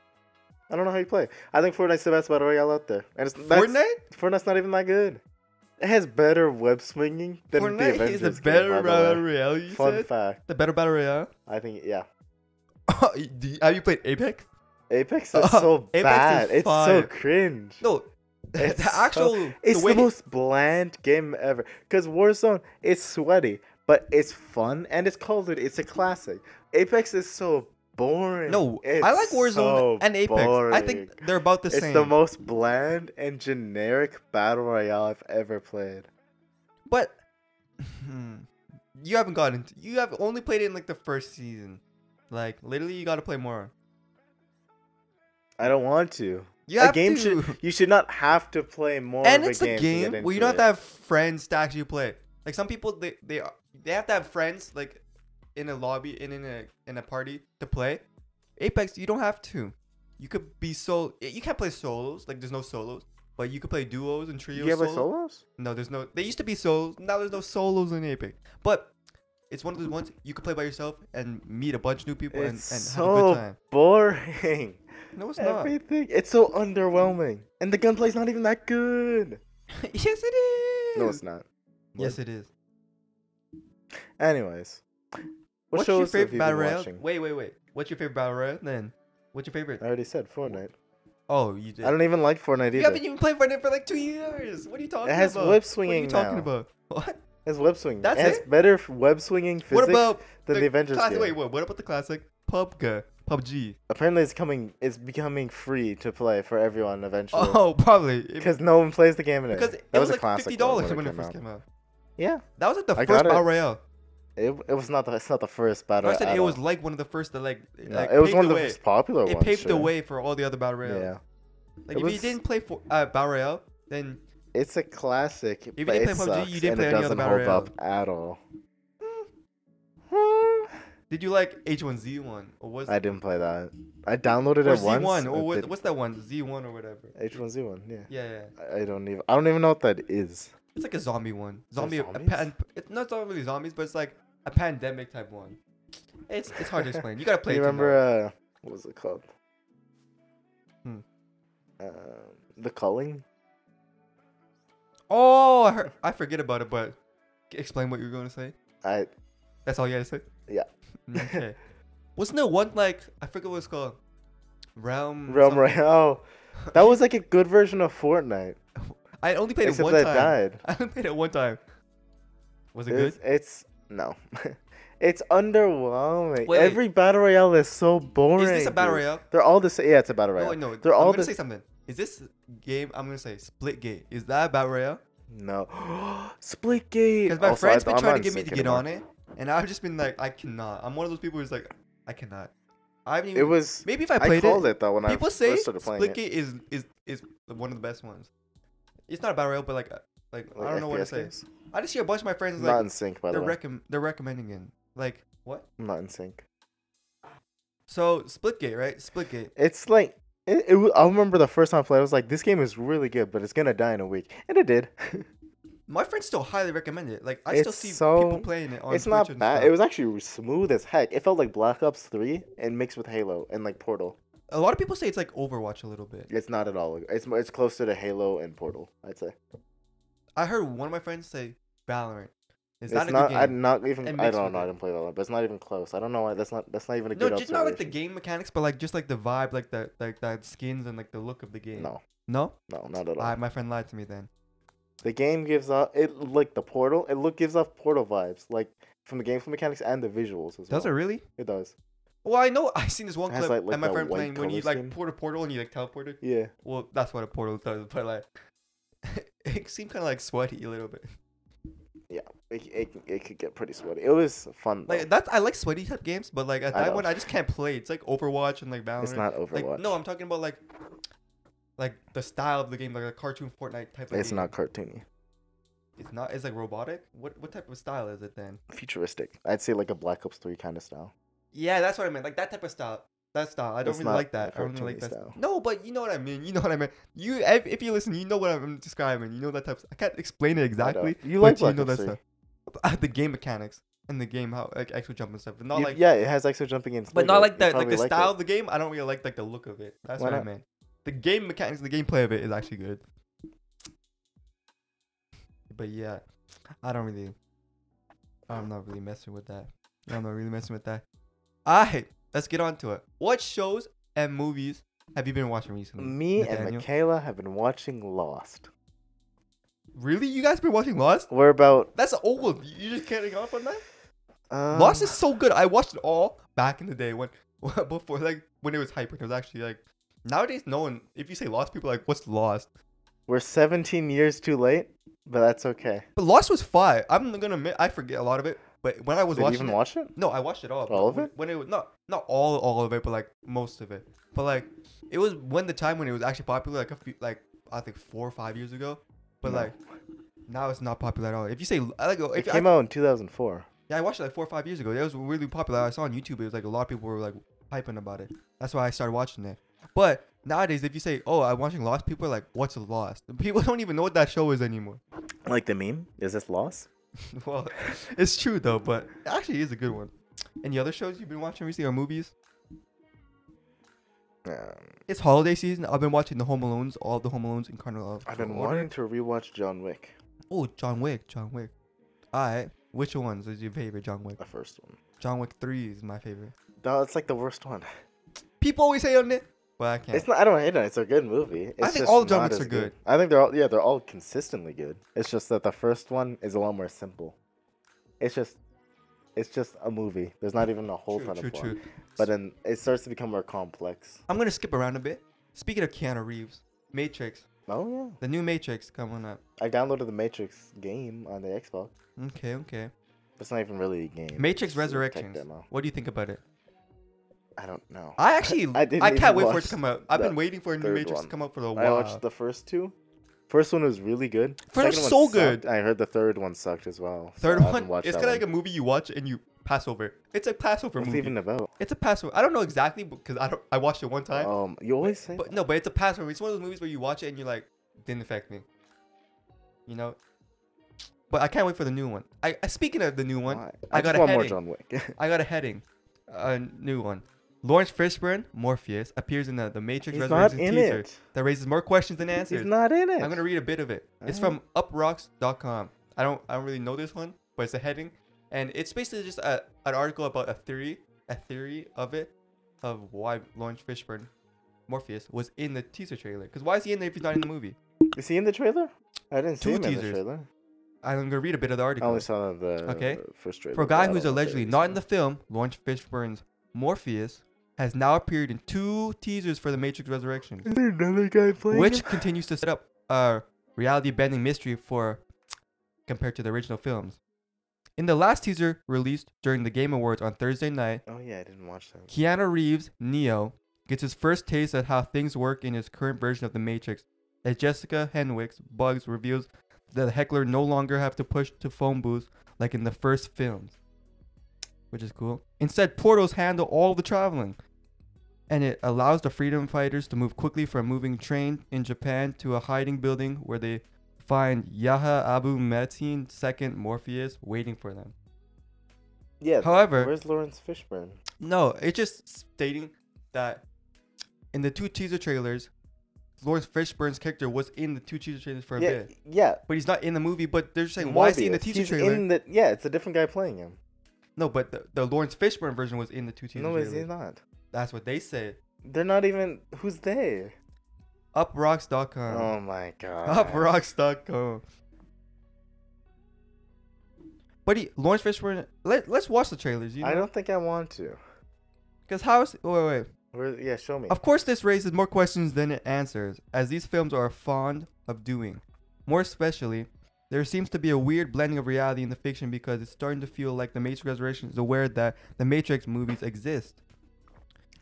Speaker 3: I don't know how you play. I think Fortnite's the best battle royale out there, and it's that's-
Speaker 1: Fortnite.
Speaker 3: Fortnite's not even that good. It has better web swinging than the
Speaker 1: Fortnite
Speaker 3: Avengers
Speaker 1: is a
Speaker 3: game,
Speaker 1: better
Speaker 3: by the
Speaker 1: battle
Speaker 3: way.
Speaker 1: royale. You
Speaker 3: Fun
Speaker 1: said
Speaker 3: fact.
Speaker 1: the better battle royale.
Speaker 3: I think yeah.
Speaker 1: Do you- Have you played Apex?
Speaker 3: Apex is
Speaker 1: Oh,
Speaker 3: so
Speaker 1: Apex is
Speaker 3: bad. it's so
Speaker 1: fire.
Speaker 3: cringe.
Speaker 1: No,
Speaker 3: It's
Speaker 1: the
Speaker 3: so-
Speaker 1: actual.
Speaker 3: it's
Speaker 1: the
Speaker 3: the,
Speaker 1: way
Speaker 3: most bland game ever. Cause Warzone, it's sweaty, but it's fun and it's called it. It's a classic. Apex is so boring.
Speaker 1: No,
Speaker 3: It's
Speaker 1: I like Warzone
Speaker 3: so
Speaker 1: and Apex. I think
Speaker 3: boring.
Speaker 1: they're about the
Speaker 3: it's
Speaker 1: same.
Speaker 3: the most bland and generic battle royale I've ever played.
Speaker 1: but hmm, you haven't gotten. Into, you have only played it in like the first season. Like literally, you got to play more.
Speaker 3: I don't want to.
Speaker 1: You
Speaker 3: a
Speaker 1: have
Speaker 3: game
Speaker 1: to.
Speaker 3: should you should not have to play more
Speaker 1: and
Speaker 3: of a
Speaker 1: it's
Speaker 3: game.
Speaker 1: a
Speaker 3: to get
Speaker 1: game where you
Speaker 3: into
Speaker 1: don't have
Speaker 3: it.
Speaker 1: to have friends to actually play. Like some people, they they are- they have to have friends like in a lobby and in a in a party to play. Apex, you don't have to. You could be solo. You can't play solos. Like there's no solos, but you could play duos and trios.
Speaker 3: you have like
Speaker 1: solos.
Speaker 3: solos?
Speaker 1: No, there's no. They used to be solos. Now there's no solos in Apex. But it's one of those ones you can play by yourself and meet a bunch of new people and, and
Speaker 3: It's
Speaker 1: have a
Speaker 3: so
Speaker 1: good time.
Speaker 3: Boring.
Speaker 1: No, it's not.
Speaker 3: Everything. It's so underwhelming. And the gunplay's not even that good.
Speaker 1: yes, it is.
Speaker 3: No, it's not.
Speaker 1: Yes, it is.
Speaker 3: Anyways. What
Speaker 1: What's your
Speaker 3: shows have
Speaker 1: favorite
Speaker 3: you been
Speaker 1: battle royale?
Speaker 3: watching?
Speaker 1: Wait, wait, wait. What's your favorite battle royale then? What's your favorite?
Speaker 3: I already said Fortnite.
Speaker 1: Oh, you did.
Speaker 3: I don't even like Fortnite
Speaker 1: you
Speaker 3: either.
Speaker 1: haven't even played Fortnite for like two years. What are you talking about?
Speaker 3: has whip swinging
Speaker 1: What are you talking
Speaker 3: now.
Speaker 1: about? What?
Speaker 3: It's web swinging.
Speaker 1: That's
Speaker 3: it has
Speaker 1: it?
Speaker 3: better f- web swinging physics
Speaker 1: What about
Speaker 3: than the, Avengers
Speaker 1: classic?
Speaker 3: game.
Speaker 1: Wait, what? What about the classic PUBG? PUBG.
Speaker 3: Apparently it's coming it's becoming free to play for everyone eventually.
Speaker 1: Oh, probably It-
Speaker 3: Because no one plays the game anymore.
Speaker 1: because it
Speaker 3: that
Speaker 1: was,
Speaker 3: a
Speaker 1: like
Speaker 3: classic
Speaker 1: fifty
Speaker 3: though,
Speaker 1: dollars when it
Speaker 3: came
Speaker 1: first
Speaker 3: out.
Speaker 1: came out.
Speaker 3: Yeah.
Speaker 1: That was like the
Speaker 3: I
Speaker 1: first
Speaker 3: got it.
Speaker 1: battle royale.
Speaker 3: It, it was not the it's not the first battle.
Speaker 1: I said
Speaker 3: at
Speaker 1: it
Speaker 3: all.
Speaker 1: was like one of the first that like,
Speaker 3: No,
Speaker 1: like
Speaker 3: it was
Speaker 1: paved
Speaker 3: one of
Speaker 1: the
Speaker 3: the
Speaker 1: way.
Speaker 3: most popular
Speaker 1: It
Speaker 3: ones.
Speaker 1: paved the
Speaker 3: sure.
Speaker 1: way for all the other battle royales.
Speaker 3: Yeah.
Speaker 1: Like if
Speaker 3: It
Speaker 1: you
Speaker 3: was-
Speaker 1: didn't play for uh, battle royale, then
Speaker 3: It's a classic,
Speaker 1: you
Speaker 3: but
Speaker 1: didn't
Speaker 3: it
Speaker 1: play PUBG, you
Speaker 3: sucks,
Speaker 1: didn't
Speaker 3: and
Speaker 1: play
Speaker 3: it
Speaker 1: any other
Speaker 3: doesn't
Speaker 1: battle
Speaker 3: hold up at all.
Speaker 1: Hmm. did you like H1Z1 or was
Speaker 3: I didn't play that. I downloaded
Speaker 1: or
Speaker 3: it
Speaker 1: Z1
Speaker 3: once.
Speaker 1: or
Speaker 3: and
Speaker 1: what,
Speaker 3: didn't-
Speaker 1: what's that one? Z1 or whatever.
Speaker 3: H1Z1? Yeah.
Speaker 1: Yeah, yeah.
Speaker 3: I- I don't even. I don't even know what that is.
Speaker 1: It's like a zombie one.
Speaker 3: there
Speaker 1: Zombie, a
Speaker 3: zombies?
Speaker 1: pan, it's not not really zombies, but it's like a pandemic type one. It's it's hard to explain. You gotta play.
Speaker 3: you
Speaker 1: it to
Speaker 3: remember
Speaker 1: know.
Speaker 3: uh, what was it called?
Speaker 1: Hmm.
Speaker 3: Um, the Calling.
Speaker 1: Oh, I, heard, I forget about it, but c- explain what you were gonna say.
Speaker 3: I
Speaker 1: That's all you had to say. Mm,
Speaker 3: Yeah.
Speaker 1: Okay. Wasn't there one like I forget what it's called? Realm.
Speaker 3: Realm
Speaker 1: Hmm, something?
Speaker 3: Royale. Oh, That was like a good version of Fortnite.
Speaker 1: I only played it
Speaker 3: Except
Speaker 1: one
Speaker 3: that
Speaker 1: time.
Speaker 3: died.
Speaker 1: I only played it one time. Was it
Speaker 3: It's,
Speaker 1: good?
Speaker 3: it's no. it's underwhelming.
Speaker 1: Wait,
Speaker 3: Every battle royale is so boring.
Speaker 1: Is this a battle
Speaker 3: dude.
Speaker 1: royale?
Speaker 3: They're all the same. Yeah, it's a battle
Speaker 1: No,
Speaker 3: royale.
Speaker 1: Oh, wait, no.
Speaker 3: They're
Speaker 1: I'm
Speaker 3: all
Speaker 1: gonna
Speaker 3: the
Speaker 1: say something. Is this game? I'm gonna say Split Gate. Is that a battle royale?
Speaker 3: no. Split Gate.
Speaker 1: Because my
Speaker 3: Also, I-
Speaker 1: friend's been
Speaker 3: I'm
Speaker 1: trying to
Speaker 3: not
Speaker 1: get me
Speaker 3: sick
Speaker 1: to get
Speaker 3: anymore.
Speaker 1: on it, and I've just been like, I cannot. I'm one of those people who's like, I cannot. I haven't even.
Speaker 3: It was.
Speaker 1: maybe if I
Speaker 3: I,
Speaker 1: played
Speaker 3: called
Speaker 1: it,
Speaker 3: it, though when I
Speaker 1: people say
Speaker 3: first started playing
Speaker 1: Split
Speaker 3: it.
Speaker 1: Gate is is is one of the best ones. It's not a battle royale, but like uh, like,
Speaker 3: Like
Speaker 1: I don't know what to
Speaker 3: FPS
Speaker 1: say.
Speaker 3: games.
Speaker 1: I just hear a bunch of my friends
Speaker 3: I'm
Speaker 1: like
Speaker 3: not in sync, by the
Speaker 1: they're
Speaker 3: way.
Speaker 1: recomm they're recommending it. Like what?
Speaker 3: I'm not in sync.
Speaker 1: So Split Gate, right? Split Gate.
Speaker 3: It's like it, it, wa- I remember the first time I played. I was like, "This game is really good, but it's gonna die in a week," and it did.
Speaker 1: My friends still highly recommend it. Like I still
Speaker 3: It's
Speaker 1: see
Speaker 3: so-
Speaker 1: people playing it on
Speaker 3: it's
Speaker 1: Twitch
Speaker 3: not
Speaker 1: and
Speaker 3: bad.
Speaker 1: stuff.
Speaker 3: It was actually smooth as heck. It felt like Black Ops Three and mixed with Halo and like Portal.
Speaker 1: a lot of people say it's like Overwatch a little bit.
Speaker 3: It's not at all. It's mo- it's closer to Halo and Portal. I'd say.
Speaker 1: I heard one of my friends say Valorant. Is
Speaker 3: It's
Speaker 1: that a
Speaker 3: not.
Speaker 1: good game?
Speaker 3: I'm not
Speaker 1: and
Speaker 3: even. I
Speaker 1: mixed
Speaker 3: don't
Speaker 1: with
Speaker 3: know. I
Speaker 1: it.
Speaker 3: didn't play Valorant, but it's not even close. I don't know why. That's not. That's not even a
Speaker 1: No,
Speaker 3: good.
Speaker 1: just not like the
Speaker 3: observation.
Speaker 1: game mechanics, but like just like the vibe, like the like that skins and like the look of the game.
Speaker 3: No,
Speaker 1: no,
Speaker 3: no, not at all.
Speaker 1: I, my friend lied to me then.
Speaker 3: The game gives off it like the Portal. It look gives off Portal vibes, like from the gameplay mechanics and the visuals as
Speaker 1: Does it
Speaker 3: well.
Speaker 1: really?
Speaker 3: It does.
Speaker 1: Well, I know I seen this one
Speaker 3: It has,
Speaker 1: clip
Speaker 3: like- like
Speaker 1: and my
Speaker 3: that
Speaker 1: friend
Speaker 3: white
Speaker 1: playing when
Speaker 3: color
Speaker 1: you like
Speaker 3: scheme.
Speaker 1: port a portal and you like teleported.
Speaker 3: Yeah.
Speaker 1: Well, that's what a portal does, but like it seemed kind of like sweaty a little bit.
Speaker 3: it, it, it could get pretty sweaty. It was fun though.
Speaker 1: Like that's I like sweaty type games, but like at
Speaker 3: I
Speaker 1: that
Speaker 3: know.
Speaker 1: one I just can't play. It's like Overwatch and like Valorant.
Speaker 3: it's not Overwatch.
Speaker 1: like no, I'm talking about like like the style of the game, like a cartoon Fortnite type. Of
Speaker 3: it's
Speaker 1: game.
Speaker 3: not cartoony.
Speaker 1: It's not. It's like robotic. What what type of style is it then?
Speaker 3: Futuristic. I'd say like a Black Ops Three kind of style.
Speaker 1: Yeah, that's what I meant. Like that type of style. That style. I don't
Speaker 3: It's
Speaker 1: really
Speaker 3: not
Speaker 1: like that.
Speaker 3: a
Speaker 1: I don't really like
Speaker 3: cartoony
Speaker 1: that.
Speaker 3: style.
Speaker 1: No, but you know what I mean. You know what I mean. You if, if you listen, you know what I'm describing. You know that type. Of, I can't explain it
Speaker 3: I know.
Speaker 1: exactly.
Speaker 3: You
Speaker 1: but
Speaker 3: like
Speaker 1: you
Speaker 3: Black
Speaker 1: know
Speaker 3: Ops
Speaker 1: that
Speaker 3: 3.
Speaker 1: stuff. Uh, the game mechanics and the game how like actual jump and stuff. But not
Speaker 3: You-
Speaker 1: like.
Speaker 3: yeah, it has extra jumping in.
Speaker 1: But not like
Speaker 3: that.
Speaker 1: that. Like the style of the game. I don't really like like the look of it. That's
Speaker 3: Why
Speaker 1: what I
Speaker 3: not?
Speaker 1: meant. The game mechanics, the gameplay of it is actually good. But yeah, I don't really. I'm not really messing with that. I'm not really messing with that. Alright, let's get on to it. What shows and movies have you been watching recently?
Speaker 3: Me and
Speaker 1: Nathaniel?
Speaker 3: Michaela have been watching Lost.
Speaker 1: Really, you guys been watching Lost?
Speaker 3: We're about
Speaker 1: That's old. You just can't off on that.
Speaker 3: um,
Speaker 1: Lost is so good. I watched it all back in the day when before like when it was hype. When it was actually like nowadays, no one. If you say Lost, people are like, "What's Lost?"
Speaker 3: We're 17 years too late, but that's okay.
Speaker 1: But Lost was fire. I'm gonna admit I forget a lot of it. But when I was
Speaker 3: Did you
Speaker 1: watching,
Speaker 3: even
Speaker 1: it-
Speaker 3: watch it?
Speaker 1: no, I watched it all. but
Speaker 3: All of
Speaker 1: when-
Speaker 3: it?
Speaker 1: When it was not not all all of it, but like most of it. But like it was when the time when it was actually popular, like a few, like I think four or five years ago. But
Speaker 3: No.
Speaker 1: like now it's not popular at all. If you say I like,
Speaker 3: It
Speaker 1: if, I,
Speaker 3: came out in 2004.
Speaker 1: Yeah, I watched it like four or five years ago. It was really popular. I saw on YouTube. It was like a lot of people were like hyping about it. That's why I started watching it. But nowadays, if you say, "Oh, I'm watching Lost," people are like, "What's Lost?" People don't even know what that show is anymore.
Speaker 3: Like the meme? Is this Lost?
Speaker 1: well, it's true though. But it actually, is a good one. Any other shows you've been watching recently or movies?
Speaker 3: Um,
Speaker 1: It's holiday season. I've been watching the Home Alones, all of the Home Alones in chronological
Speaker 3: I've been
Speaker 1: order.
Speaker 3: wanting to rewatch John Wick,
Speaker 1: Oh, John Wick, John Wick. All right, which ones is your favorite? John Wick.
Speaker 3: the first one.
Speaker 1: John Wick Three is my favorite.
Speaker 3: No, it's like the worst one.
Speaker 1: People always say on it, but I can't.
Speaker 3: It's not. I don't hate it. It's a good movie. It's
Speaker 1: think
Speaker 3: just
Speaker 1: all John
Speaker 3: not
Speaker 1: Wicks
Speaker 3: as
Speaker 1: are good.
Speaker 3: I think they're all. Yeah, they're all consistently good. It's just that the first one is a lot more simple. It's just, it's just a movie. There's not even a whole
Speaker 1: true,
Speaker 3: ton
Speaker 1: true,
Speaker 3: of plot.
Speaker 1: true.
Speaker 3: But then it starts to become more complex.
Speaker 1: I'm gonna skip around a bit. Speaking of Keanu Reeves, Matrix,
Speaker 3: Oh
Speaker 1: the new Matrix coming up.
Speaker 3: yeah, I downloaded the Matrix game on the Xbox.
Speaker 1: Okay, okay.
Speaker 3: It's not even really a game.
Speaker 1: Matrix
Speaker 3: it's a tech
Speaker 1: Resurrections.
Speaker 3: demo.
Speaker 1: What do you think about it?
Speaker 3: I don't know.
Speaker 1: I actually, I,
Speaker 3: I didn't
Speaker 1: can't
Speaker 3: even
Speaker 1: wait for it
Speaker 3: watch
Speaker 1: to come out. I've
Speaker 3: the
Speaker 1: been waiting for a new
Speaker 3: third
Speaker 1: Matrix to
Speaker 3: one.
Speaker 1: come out for a while.
Speaker 3: I watched the first two. First one was really good.
Speaker 1: First
Speaker 3: Second one
Speaker 1: so
Speaker 3: sucked.
Speaker 1: good.
Speaker 3: I heard the third one sucked as well. so
Speaker 1: Third
Speaker 3: I haven't
Speaker 1: one,
Speaker 3: watched
Speaker 1: it's
Speaker 3: that
Speaker 1: kind of like a
Speaker 3: one.
Speaker 1: movie you watch and you pass over. It's a Passover
Speaker 3: What's it
Speaker 1: movie.
Speaker 3: even about?
Speaker 1: It's a Passover. I don't know exactly because I don't. I watched it one time,
Speaker 3: Um, you always say.
Speaker 1: but no, but it's a Passover. It's one of those movies where you watch it and you're like, didn't affect me. You know. But I can't wait for the new one. I I- speaking of the new one,
Speaker 3: why.
Speaker 1: I
Speaker 3: just
Speaker 1: got a
Speaker 3: want more
Speaker 1: headache.
Speaker 3: John Wick.
Speaker 1: I got a heading, a new one. Lawrence Fishburne, Morpheus, appears in the, the Matrix
Speaker 3: He's not
Speaker 1: Resurrection
Speaker 3: in
Speaker 1: teaser
Speaker 3: it.
Speaker 1: that raises more questions than answers.
Speaker 3: He's not in it.
Speaker 1: I'm gonna read a bit of it. It's from
Speaker 3: Alright.
Speaker 1: uprocks.com. I don't I don't really know this one, but it's a heading, and it's basically just a, an article about a theory, a theory of it, of why Lawrence Fishburne, Morpheus, was in the teaser trailer. Cause why is he in there if he's not in the movie?
Speaker 3: Is he in the trailer? I didn't see
Speaker 1: Two
Speaker 3: him in the
Speaker 1: teasers.
Speaker 3: trailer.
Speaker 1: I'm gonna read a bit of the
Speaker 3: I
Speaker 1: article.
Speaker 3: only saw the
Speaker 1: Okay.
Speaker 3: first trailer.
Speaker 1: For a
Speaker 3: but I
Speaker 1: guy
Speaker 3: don't
Speaker 1: who's
Speaker 3: know if
Speaker 1: allegedly
Speaker 3: there
Speaker 1: not
Speaker 3: is
Speaker 1: in
Speaker 3: one.
Speaker 1: the film, Lawrence Fishburne's Morpheus has now appeared in two teasers for The Matrix Resurrection.
Speaker 3: Is there another guy playing?
Speaker 1: which
Speaker 3: him?
Speaker 1: continues to set up a reality-bending mystery for compared to the original films. In the last teaser released during the Game Awards on Thursday night,
Speaker 3: Oh yeah, I didn't watch that.
Speaker 1: Keanu Reeves, Neo, gets his first taste at how things work in his current version of The Matrix. As Jessica Henwick's Bugs reveals that the heckler no longer have to push to phone booths like in the first films, which is cool. Instead, portals handle all the traveling, and it allows the freedom fighters to move quickly from moving train in Japan to a hiding building where they find Yaha Abu Mateen, second Morpheus, waiting for them.
Speaker 3: Yeah.
Speaker 1: However-
Speaker 3: where's Lawrence Fishburne?
Speaker 1: No, it's just stating that in the two teaser trailers, Lawrence Fishburne's character was in the two teaser trailers for a
Speaker 3: Yeah,
Speaker 1: bit,
Speaker 3: yeah.
Speaker 1: but he's not in the movie. But they're just saying, why is he in the
Speaker 3: Morbius.
Speaker 1: teaser
Speaker 3: He's
Speaker 1: trailer?
Speaker 3: in the- yeah, it's a different guy playing him.
Speaker 1: No, but the, the Lawrence Fishburne version was in the two teaser
Speaker 3: No,
Speaker 1: trailers.
Speaker 3: is he not?
Speaker 1: That's what they said.
Speaker 3: They're not even. Who's they?
Speaker 1: Uprocks.com.
Speaker 3: oh my god.
Speaker 1: Uprocks.com. But he, Lawrence Fishburne, let, let's watch the trailers, you
Speaker 3: I
Speaker 1: know?
Speaker 3: don't think I want to.
Speaker 1: Because how is. Wait, wait.
Speaker 3: Where, yeah, show me.
Speaker 1: Of course, this raises more questions than it answers, as these films are fond of doing. More especially, there seems to be a weird blending of reality and the fiction because it's starting to feel like The Matrix Resurrection is aware that the Matrix movies exist.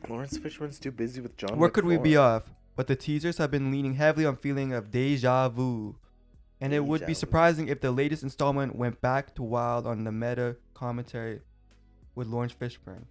Speaker 3: Lawrence Fishburne's too busy with John.
Speaker 1: Where
Speaker 3: Wick
Speaker 1: could we be
Speaker 3: 4.
Speaker 1: off? But the teasers have been leaning heavily on feeling of deja vu. And it would
Speaker 3: Deja vu.
Speaker 1: be surprising if the latest installment went back to wild on the meta commentary with Lawrence Fishburne.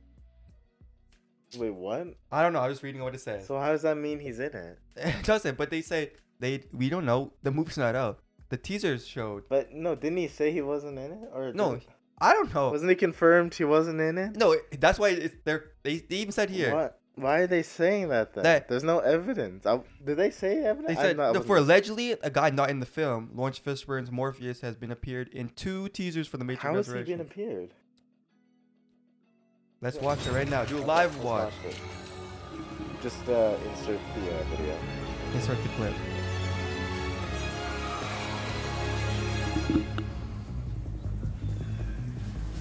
Speaker 3: Wait, what?
Speaker 1: I don't know, I was reading what it says.
Speaker 3: So how does that mean he's in it?
Speaker 1: it doesn't, but they say they we don't know. The movie's not out. The teasers showed.
Speaker 3: But no, didn't he say he wasn't in it? Or
Speaker 1: No,
Speaker 3: didn't-
Speaker 1: I don't know.
Speaker 3: wasn't he confirmed he wasn't in it?
Speaker 1: No, it- that's why it's they're, they they even said here
Speaker 3: What? Why are they saying that then?
Speaker 1: That-
Speaker 3: There's no evidence. I, did they say evidence?
Speaker 1: They
Speaker 3: I'm
Speaker 1: said
Speaker 3: not- I
Speaker 1: no,
Speaker 3: wouldn't-
Speaker 1: for allegedly a guy not in the film, Lawrence Fishburne's Morpheus has been appeared in two teasers for the Matrix
Speaker 3: How has he
Speaker 1: Resurrection.
Speaker 3: been appeared?
Speaker 1: Let's watch it right now. Do a live
Speaker 3: Let's
Speaker 1: watch.
Speaker 3: watch it. Just uh, insert the uh, video.
Speaker 1: Insert the clip.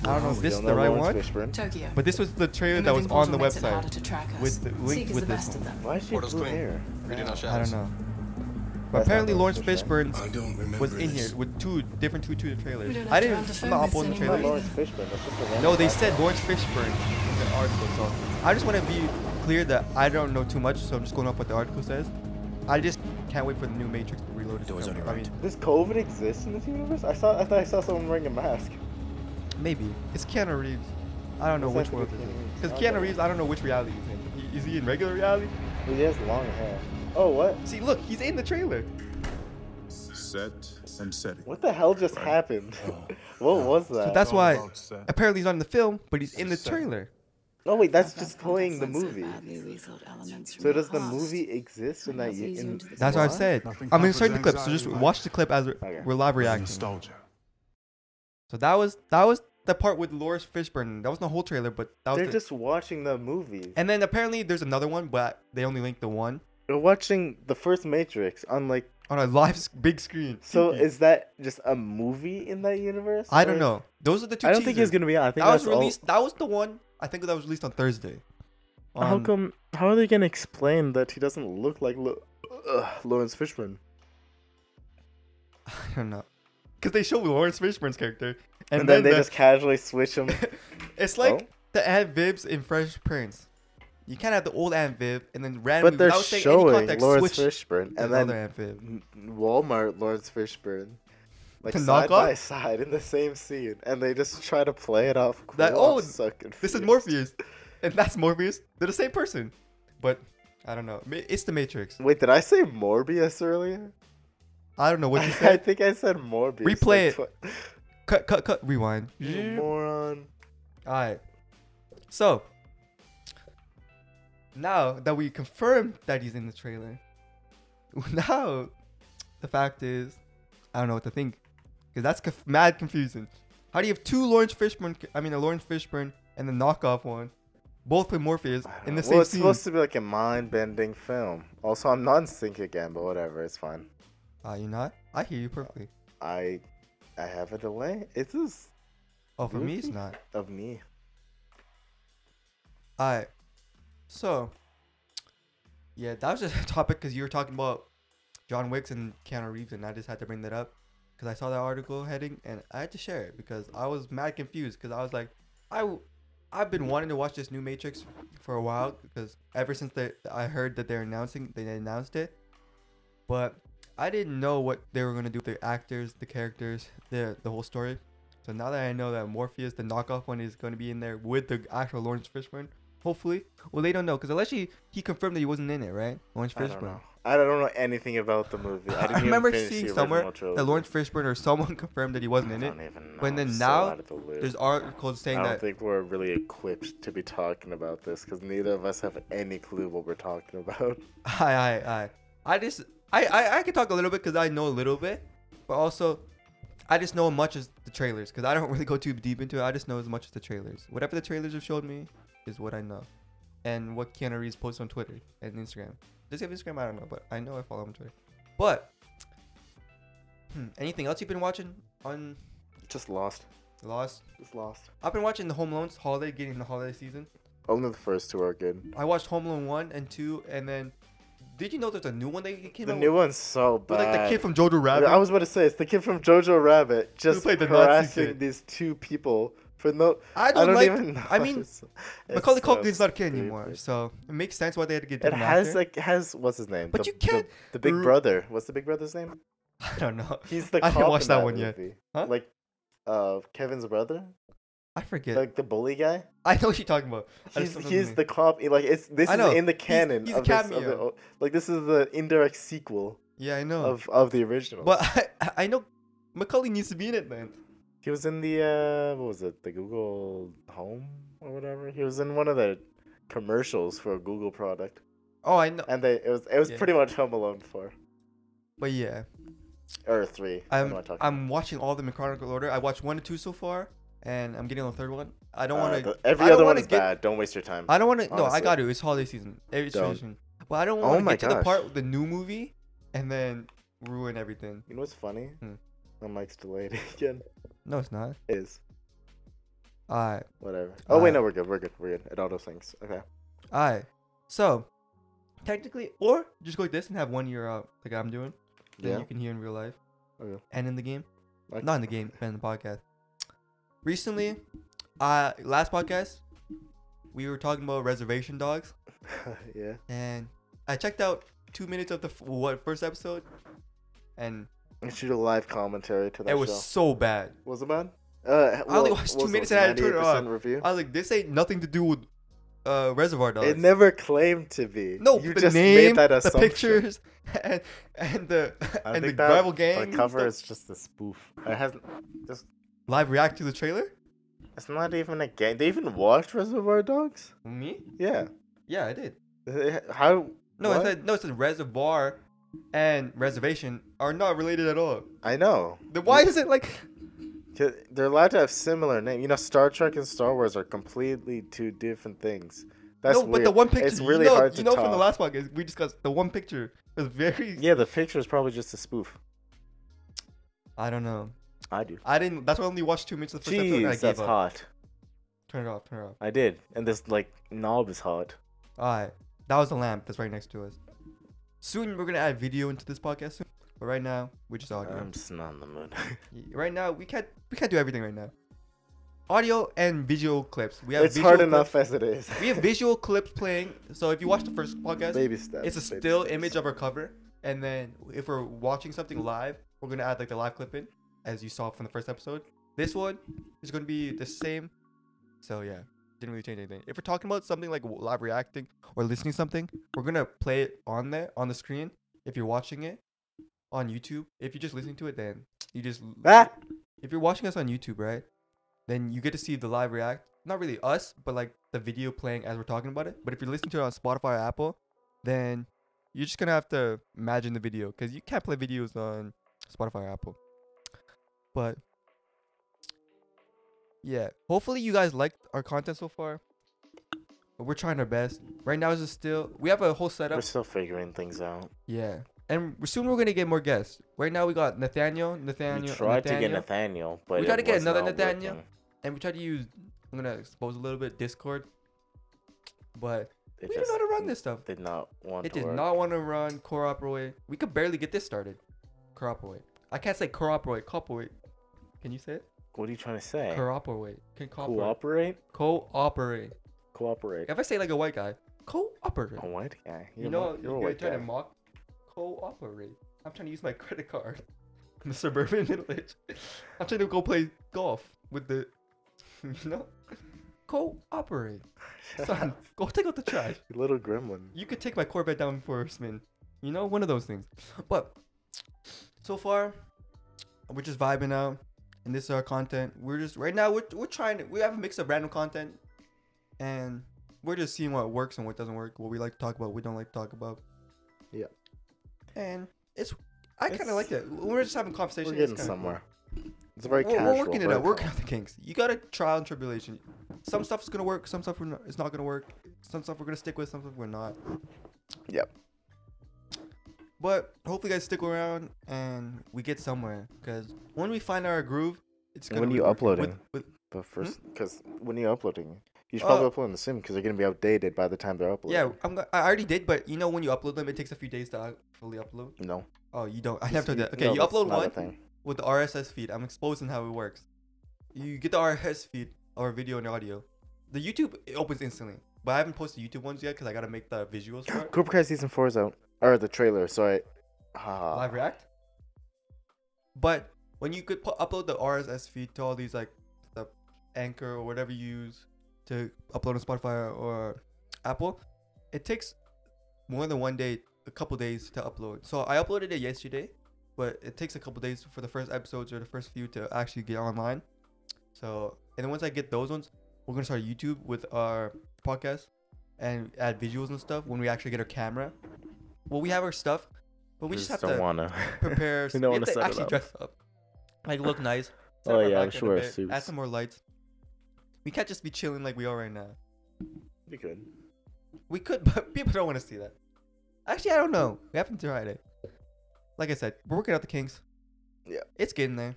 Speaker 1: I don't know if
Speaker 3: We
Speaker 1: this is
Speaker 3: don't
Speaker 1: the
Speaker 3: know
Speaker 1: right
Speaker 3: Lawrence
Speaker 1: one,
Speaker 3: Fishburne.
Speaker 4: Tokyo.
Speaker 1: but this was the trailer
Speaker 4: The
Speaker 1: that was
Speaker 4: moving
Speaker 1: on
Speaker 4: portal
Speaker 1: the
Speaker 4: makes it harder
Speaker 1: website.
Speaker 4: to track us.
Speaker 1: with the- with-
Speaker 4: Seek is
Speaker 1: with
Speaker 4: the
Speaker 1: this one.
Speaker 4: best of them.
Speaker 3: Why is she
Speaker 5: Portal's
Speaker 3: blue
Speaker 5: clean.
Speaker 3: hair?
Speaker 5: We do not
Speaker 1: I
Speaker 5: shadows.
Speaker 1: don't know. But
Speaker 3: That's not
Speaker 1: apparently, Lawrence
Speaker 3: Lawrence
Speaker 1: Fishburne
Speaker 5: I don't remember
Speaker 1: was in
Speaker 5: this.
Speaker 1: here with two different two two trailers.
Speaker 4: We don't
Speaker 1: I
Speaker 4: have to
Speaker 1: didn't.
Speaker 4: run to
Speaker 1: I'm not
Speaker 4: phone
Speaker 1: uploading
Speaker 4: this
Speaker 3: Not
Speaker 1: trailers.
Speaker 4: anymore.
Speaker 3: Lawrence Fishburne. That's just a random
Speaker 1: No, they
Speaker 3: guy.
Speaker 1: said Lawrence Fishburne in the article. So I just want to be clear that I don't know too much, so I'm just going off what the article says. I just can't wait for the new Matrix Reloaded. to
Speaker 5: Doors
Speaker 1: come
Speaker 5: on
Speaker 1: out.
Speaker 5: your
Speaker 1: I mean,
Speaker 5: right.
Speaker 3: Does COVID exist in this universe? I saw. I thought I saw someone wearing a mask.
Speaker 1: maybe it's Keanu Reeves. I don't know
Speaker 3: What's
Speaker 1: which world
Speaker 3: that with
Speaker 1: he's
Speaker 3: Keanu
Speaker 1: in.
Speaker 3: Reeves?
Speaker 1: Because
Speaker 3: I don't
Speaker 1: Keanu
Speaker 3: know.
Speaker 1: Reeves, I don't know which reality he's in. He- Is he in regular reality?
Speaker 3: He has long hair. Oh, what?
Speaker 1: See, look, he's in the trailer.
Speaker 6: Set and setting.
Speaker 3: What the hell just happened? what was that?
Speaker 1: Oh. So that's
Speaker 6: all
Speaker 1: why
Speaker 6: about set.
Speaker 1: apparently he's not in the film, but he's in the trailer.
Speaker 3: no, Oh, wait, that's
Speaker 4: I've
Speaker 3: just
Speaker 4: got
Speaker 3: playing the
Speaker 4: contact lenses
Speaker 3: movie.
Speaker 4: badly weaseled elements from
Speaker 3: So
Speaker 4: your
Speaker 3: does the
Speaker 4: past.
Speaker 3: movie exist in that?
Speaker 4: Brings
Speaker 3: u-
Speaker 4: ease
Speaker 3: In,
Speaker 4: into the
Speaker 1: That's what I
Speaker 4: What?
Speaker 1: said.
Speaker 6: Nothing
Speaker 1: I'm
Speaker 6: covers
Speaker 1: inserting the clip, so
Speaker 6: anxiety
Speaker 1: just
Speaker 6: like-
Speaker 1: watch the clip as we're-
Speaker 3: Okay.
Speaker 1: we're live reacting.
Speaker 6: Nostalgia.
Speaker 1: So that was that was the part with Lawrence Fishburne. That was the whole trailer, but that was
Speaker 3: They're
Speaker 1: the,
Speaker 3: just watching the movie.
Speaker 1: And then apparently there's another one, but they only linked the one
Speaker 3: They're watching the first Matrix on like.
Speaker 1: on a live s- big screen.
Speaker 3: So
Speaker 1: TV.
Speaker 3: is that just a movie in that universe?
Speaker 1: I don't
Speaker 3: or-
Speaker 1: know. Those are the two.
Speaker 3: I don't think
Speaker 1: teasers.
Speaker 3: it's gonna be on. I think
Speaker 1: That was
Speaker 3: that's all-
Speaker 1: released. That was the one. I think that was released on Thursday.
Speaker 3: How
Speaker 1: On-
Speaker 3: come? um, How are they gonna explain that he doesn't look like Lo- Ugh, Lawrence Fishburne?
Speaker 1: I don't know. Because they show Lawrence Fishburne's character,
Speaker 3: And,
Speaker 1: and,
Speaker 3: then, they
Speaker 1: the-
Speaker 3: just casually switch him.
Speaker 1: it's like
Speaker 3: Oh.
Speaker 1: the ad Vibs in Fresh Prince. You can't have the old Aunt Viv and then randomly
Speaker 3: But they're
Speaker 1: without saying any
Speaker 3: showing
Speaker 1: context
Speaker 3: Lawrence
Speaker 1: switch
Speaker 3: Fishburne,
Speaker 1: to
Speaker 3: and
Speaker 1: another
Speaker 3: then
Speaker 1: Aunt Viv.
Speaker 3: N- Walmart Lawrence Fishburne, like
Speaker 1: The
Speaker 3: side by
Speaker 1: knockoff?
Speaker 3: side in the same scene, and they just try to play it off cool.
Speaker 1: That-
Speaker 3: I'm
Speaker 1: oh,
Speaker 3: so
Speaker 1: This is
Speaker 3: confused.
Speaker 1: Morpheus, and that's Morpheus. They're the same person, but I don't know. Ma- It's the Matrix.
Speaker 3: Wait, did I say Morbius earlier?
Speaker 1: I don't know what you
Speaker 3: I
Speaker 1: said.
Speaker 3: think I said Morbius.
Speaker 1: Replay
Speaker 3: like twi-
Speaker 1: cut, cut, cut. Rewind.
Speaker 3: You moron.
Speaker 1: All right. So now that we confirmed that he's in the trailer, now the fact is, I don't know what to think because that's conf- mad confusing. How do you have two Lawrence Fishburne? I mean, a Lawrence Fishburne and the knockoff one, both with Morpheus
Speaker 3: I don't
Speaker 1: in
Speaker 3: know.
Speaker 1: the
Speaker 3: Uh, well,
Speaker 1: same
Speaker 3: it's
Speaker 1: scene?
Speaker 3: supposed to be like a mind-bending film. Also, I'm not in sync again, but whatever, it's fine.
Speaker 1: Are Ah, you not? I hear you perfectly.
Speaker 3: I, I have a delay. It's just
Speaker 1: Oh, for me, it's
Speaker 3: Goofy?
Speaker 1: not.
Speaker 3: of me.
Speaker 1: All right. So, yeah, that was just a topic because you were talking about John Wicks and Keanu Reeves, and I just had to bring that up because I saw that article heading and I had to share it because I was mad confused because I was like, I, w- I've been wanting to watch this new Matrix for a while because ever since they, I heard that they're announcing, they announced it, but I didn't know what they were gonna do with the actors, the characters, the the whole story. So now that I know that Morpheus, the knockoff one, is gonna be in there with the actual Lawrence Fishburne, hopefully. Well, they don't know because unless he he confirmed that he wasn't in it, right? Lawrence
Speaker 3: I
Speaker 1: Fishburne.
Speaker 3: don't know. I don't know anything about the movie. I,
Speaker 1: I,
Speaker 3: didn't even
Speaker 1: remember
Speaker 3: finish the
Speaker 1: seeing
Speaker 3: original
Speaker 1: somewhere
Speaker 3: trilogy.
Speaker 1: that Lawrence Fishburne or someone confirmed that he wasn't in
Speaker 3: I
Speaker 1: it.
Speaker 3: don't even know.
Speaker 1: But then
Speaker 3: I'm so
Speaker 1: now,
Speaker 3: out of the loop.
Speaker 1: There's articles saying
Speaker 3: I don't
Speaker 1: that
Speaker 3: think we're really equipped to be talking about this because neither of us have any clue what we're talking about.
Speaker 1: I I I I just I I, I can talk a little bit because I know a little bit, but also I just know as much as the trailers because I don't really go too deep into it. I just know as much as the trailers. Whatever the trailers have showed me is what I know, and what Keanu Reeves posts on Twitter and Instagram. Does he have Instagram? I don't know, but I know I follow him on Twitter. But hmm, anything else you've been watching on
Speaker 3: Just lost.
Speaker 1: Lost?
Speaker 3: Just lost.
Speaker 1: I've been watching the Home Loans holiday, getting the holiday season.
Speaker 3: Only the first two are good.
Speaker 1: I watched Home Alone one and two, and then did you know there's a new one that came
Speaker 3: The
Speaker 1: out?
Speaker 3: new one's so
Speaker 1: With,
Speaker 3: bad.
Speaker 1: like the kid from Jojo Rabbit.
Speaker 3: I was about to say it's the kid from Jojo Rabbit just
Speaker 1: played the Nazi
Speaker 3: harassing
Speaker 1: kid.
Speaker 3: these two people for no.
Speaker 1: I
Speaker 3: I
Speaker 1: don't,
Speaker 3: don't,
Speaker 1: like.
Speaker 3: even. know.
Speaker 1: I mean,
Speaker 3: It's- it's
Speaker 1: Macaulay
Speaker 3: so
Speaker 1: Culkin's not a kid anymore,
Speaker 3: stupid.
Speaker 1: so it makes sense why they had to get
Speaker 3: It
Speaker 1: different
Speaker 3: has
Speaker 1: actor.
Speaker 3: like has what's his name?
Speaker 1: But
Speaker 3: the,
Speaker 1: you can't
Speaker 3: The, the big
Speaker 1: ru-
Speaker 3: brother. What's the big brother's name?
Speaker 1: I don't know.
Speaker 3: He's the.
Speaker 1: I didn't
Speaker 3: cop
Speaker 1: watch
Speaker 3: in
Speaker 1: that one yet.
Speaker 3: movie.
Speaker 1: Huh?
Speaker 3: Like, uh, Kevin's brother,
Speaker 1: I forget.
Speaker 3: like the bully guy.
Speaker 1: I know what you're talking about. I just
Speaker 3: He's,
Speaker 1: don't know
Speaker 3: he's
Speaker 1: name.
Speaker 3: the cop. Like it's this
Speaker 1: I
Speaker 3: is
Speaker 1: know,
Speaker 3: in the
Speaker 1: he's-
Speaker 3: canon
Speaker 1: he's a
Speaker 3: of, this, of the,
Speaker 1: cameo.
Speaker 3: o- like this is the indirect sequel
Speaker 1: yeah, I know.
Speaker 3: of of the original.
Speaker 1: but I, I know Macaulay needs to be in it then.
Speaker 3: he was in the uh, what was it? The Google Home or whatever. He was in one of the commercials for a Google product,
Speaker 1: Oh, I know.
Speaker 3: and they it was it was
Speaker 1: Yeah.
Speaker 3: pretty much Home Alone four
Speaker 1: But yeah,
Speaker 3: or three. what am
Speaker 1: I'm
Speaker 3: I talking about?
Speaker 1: I'm watching all of them in chronological order. I watched one and two so far, and I'm getting on the third one. I don't
Speaker 3: Uh,
Speaker 1: want to.
Speaker 3: the- every
Speaker 1: I don't
Speaker 3: other one
Speaker 1: wanna
Speaker 3: is
Speaker 1: get-
Speaker 3: bad. Don't waste your time.
Speaker 1: I don't want to. No, I
Speaker 3: honestly.
Speaker 1: got to. It's holiday season. Every
Speaker 3: Don't.
Speaker 1: tradition. But I don't
Speaker 3: Oh
Speaker 1: want to
Speaker 3: my
Speaker 1: get to the part
Speaker 3: gosh.
Speaker 1: with the new movie and then ruin everything.
Speaker 3: you know what's funny?
Speaker 1: Hmm.
Speaker 3: My mic's delayed again.
Speaker 1: No, it's not.
Speaker 3: It is
Speaker 1: All right.
Speaker 3: whatever. Oh wait,
Speaker 1: Uh,
Speaker 3: no, we're good. We're good. We're good. It auto syncs. Okay.
Speaker 1: Alright. So technically or just go like this and have one year out, like I'm doing. Then
Speaker 3: Yeah. Oh,
Speaker 1: you can hear in real life.
Speaker 3: Okay.
Speaker 1: And in the game.
Speaker 3: Okay.
Speaker 1: Not in the game, but in the podcast. Recently, uh last podcast, we were talking about reservation dogs
Speaker 3: yeah.
Speaker 1: and I checked out two minutes of the f- what first episode and
Speaker 3: We should do live commentary to that
Speaker 1: it was
Speaker 3: show.
Speaker 1: so bad.
Speaker 3: Was it bad? Uh,
Speaker 1: I only watched two minutes and I had to turn it on.
Speaker 3: Review?
Speaker 1: I was like, this ain't nothing to do with uh reservoir dogs.
Speaker 3: it never claimed to be.
Speaker 1: No,
Speaker 3: you
Speaker 1: the
Speaker 3: just
Speaker 1: name,
Speaker 3: made that
Speaker 1: the
Speaker 3: assumption.
Speaker 1: pictures, and, and the
Speaker 3: I
Speaker 1: and the
Speaker 3: think that
Speaker 1: rival gang
Speaker 3: The cover
Speaker 1: stuff.
Speaker 3: is just a spoof. It has. Just,
Speaker 1: live react to the trailer.
Speaker 3: it's not even a game. They even watched Reservoir Dogs.
Speaker 1: Me?
Speaker 3: Yeah.
Speaker 1: Yeah, I did.
Speaker 3: Eh, How?
Speaker 1: No,
Speaker 3: what?
Speaker 1: it said no. It said reservoir and reservation are not related at all.
Speaker 3: I know.
Speaker 1: Then why is it like?
Speaker 3: 'Cause They're allowed to have similar names. You know, Star Trek and Star Wars are completely two different things. That's
Speaker 1: no,
Speaker 3: weird.
Speaker 1: but the one picture.
Speaker 3: It's really
Speaker 1: you know,
Speaker 3: hard to
Speaker 1: you know from the
Speaker 3: top.
Speaker 1: last podcast we discussed the one picture was very.
Speaker 3: Yeah, the picture is probably just a spoof.
Speaker 1: I don't know.
Speaker 3: I do.
Speaker 1: I didn't. That's why I only watched two minutes of the first episode. And I
Speaker 3: Jeez,
Speaker 1: gave
Speaker 3: that's
Speaker 1: up.
Speaker 3: hot.
Speaker 1: Turn it off. Turn it off.
Speaker 3: I did, and this like knob is hot.
Speaker 1: All right, that was the lamp that's right next to us. Soon we're gonna add video into this podcast soon, but right now we're just audio.
Speaker 3: I'm just not in the mood.
Speaker 1: Y- Right now, we can't we can't do everything right now. audio and visual clips. We have
Speaker 3: It's
Speaker 1: visual
Speaker 3: hard
Speaker 1: clips-
Speaker 3: enough as it is.
Speaker 1: We have visual clips playing. So if you watch the first podcast,
Speaker 3: baby steps.
Speaker 1: it's a
Speaker 3: baby
Speaker 1: still
Speaker 3: steps.
Speaker 1: image of our cover, and then if we're watching something live, we're gonna add like the live clip in, as you saw from the first episode. This one is gonna be the same. So yeah, didn't really change anything. If we're talking about something like w- live reacting or listening to something, we're gonna play it on there on the screen. If you're watching it on YouTube, if you're just listening to it, then you just l-
Speaker 3: Ah!
Speaker 1: if you're watching us on YouTube, right? Then you get to see the live react. Not really us, but like the video playing as we're talking about it. But if you're listening to it on Spotify or Apple, then you're just gonna have to imagine the video because you can't play videos on Spotify or Apple. But yeah, hopefully you guys liked our content so far. We're trying our best. Right now is just still we have a whole
Speaker 3: We're
Speaker 1: setup.
Speaker 3: still figuring things out.
Speaker 1: Yeah. And soon we're gonna get more guests. Right now we got Nathaniel, Nathaniel,
Speaker 3: we tried to
Speaker 1: Nathaniel.
Speaker 3: get Nathaniel, but
Speaker 1: We
Speaker 3: it
Speaker 1: gotta get
Speaker 3: was
Speaker 1: another
Speaker 3: not
Speaker 1: Nathaniel.
Speaker 3: working.
Speaker 1: and we tried to use I'm gonna expose a little bit Discord, but
Speaker 3: It
Speaker 1: we didn't know how to run this stuff.
Speaker 3: Did not want
Speaker 1: It
Speaker 3: to
Speaker 1: did
Speaker 3: work.
Speaker 1: not want to run cooperate. We could barely get this started. Cooperate. I can't say cooperate. Cooperate. Can you say it?
Speaker 3: What are you trying to say?
Speaker 1: Cooperate. Can cooperate.
Speaker 3: Cooperate.
Speaker 1: Cooperate.
Speaker 3: Cooperate.
Speaker 1: If I say like a white guy, cooperate.
Speaker 3: A white guy.
Speaker 1: you
Speaker 3: You're
Speaker 1: know,
Speaker 3: mo-
Speaker 1: what
Speaker 3: you're a
Speaker 1: you're
Speaker 3: white
Speaker 1: trying
Speaker 3: guy.
Speaker 1: to mock. Cooperate. I'm trying to use my credit card. I'm a suburban middle age. I'm trying to go play golf with the, you know, cooperate.
Speaker 3: Shut
Speaker 1: Son,
Speaker 3: up.
Speaker 1: go take out the trash.
Speaker 3: You little gremlin.
Speaker 1: You could take my Corvette down for a spin. You know, one of those things. But so far, we're just vibing out, and this is our content. We're just right now. We're we're trying to. We have a mix of random content, and we're just seeing what works and what doesn't work. What we like to talk about, what we don't like to talk about.
Speaker 3: Yeah.
Speaker 1: And it's I kind
Speaker 3: It's-
Speaker 1: of like it. We're just having
Speaker 3: We're
Speaker 1: conversation. it's
Speaker 3: getting
Speaker 1: kinda cool.
Speaker 3: somewhere. It's very
Speaker 1: We're,
Speaker 3: casual.
Speaker 1: we're working it
Speaker 3: very
Speaker 1: out. We're working
Speaker 3: calm.
Speaker 1: out the kinks. You got a trial and tribulation. Some stuff is gonna work. Some stuff we're not, it's not gonna work. Some stuff we're gonna stick with. Some stuff we're not.
Speaker 3: Yep.
Speaker 1: But hopefully, you guys stick around and we get somewhere. Cause when we find our groove, it's
Speaker 3: And
Speaker 1: gonna.
Speaker 3: when
Speaker 1: be
Speaker 3: you
Speaker 1: working.
Speaker 3: uploading?
Speaker 1: With- with-
Speaker 3: But first,
Speaker 1: Hmm?
Speaker 3: because when you're uploading, you should
Speaker 1: Uh,
Speaker 3: probably upload them soon because they're gonna be outdated by the time they're uploaded.
Speaker 1: yeah, I'm. go- I already did, but you know when you upload them, it takes a few days to uh, fully upload.
Speaker 3: No.
Speaker 1: Oh, you don't. I
Speaker 3: You
Speaker 1: never told
Speaker 3: see-
Speaker 1: you. Okay,
Speaker 3: no,
Speaker 1: you
Speaker 3: that's
Speaker 1: upload
Speaker 3: not a
Speaker 1: one
Speaker 3: thing.
Speaker 1: with the RSS feed. I'm exposing how it works. You get the RSS feed or video and audio. The YouTube it opens instantly, but I haven't posted YouTube ones yet because I gotta make the visuals for it.
Speaker 3: Cooper Kai season four is out, or the trailer. Sorry. Ah,
Speaker 1: live react. But when you could pu- upload the RSS feed to all these like the Anchor or whatever you use to upload on Spotify or Apple, it takes more than one day, a couple days to upload. So I uploaded it yesterday, but it takes a couple days for the first episodes or the first few to actually get online. So and then once I get those ones, we're gonna start YouTube with our podcast and add visuals and stuff when we actually get our camera. Well, we have our stuff, but we just, have
Speaker 3: don't
Speaker 1: to
Speaker 3: wanna.
Speaker 1: prepare.
Speaker 3: We
Speaker 1: we
Speaker 3: don't
Speaker 1: have
Speaker 3: wanna
Speaker 1: to
Speaker 3: set it
Speaker 1: actually
Speaker 3: up.
Speaker 1: dress up, like look nice. set
Speaker 3: Oh,
Speaker 1: up our
Speaker 3: yeah, we
Speaker 1: background
Speaker 3: should
Speaker 1: a
Speaker 3: wear
Speaker 1: bit, Add
Speaker 3: suits.
Speaker 1: some more lights. We can't just be chilling like we are right now.
Speaker 3: You could.
Speaker 1: We could, but people don't want to see that. Actually, I don't know. We haven't tried it. Like I said, we're working out the kinks.
Speaker 3: Yeah.
Speaker 1: it's getting there.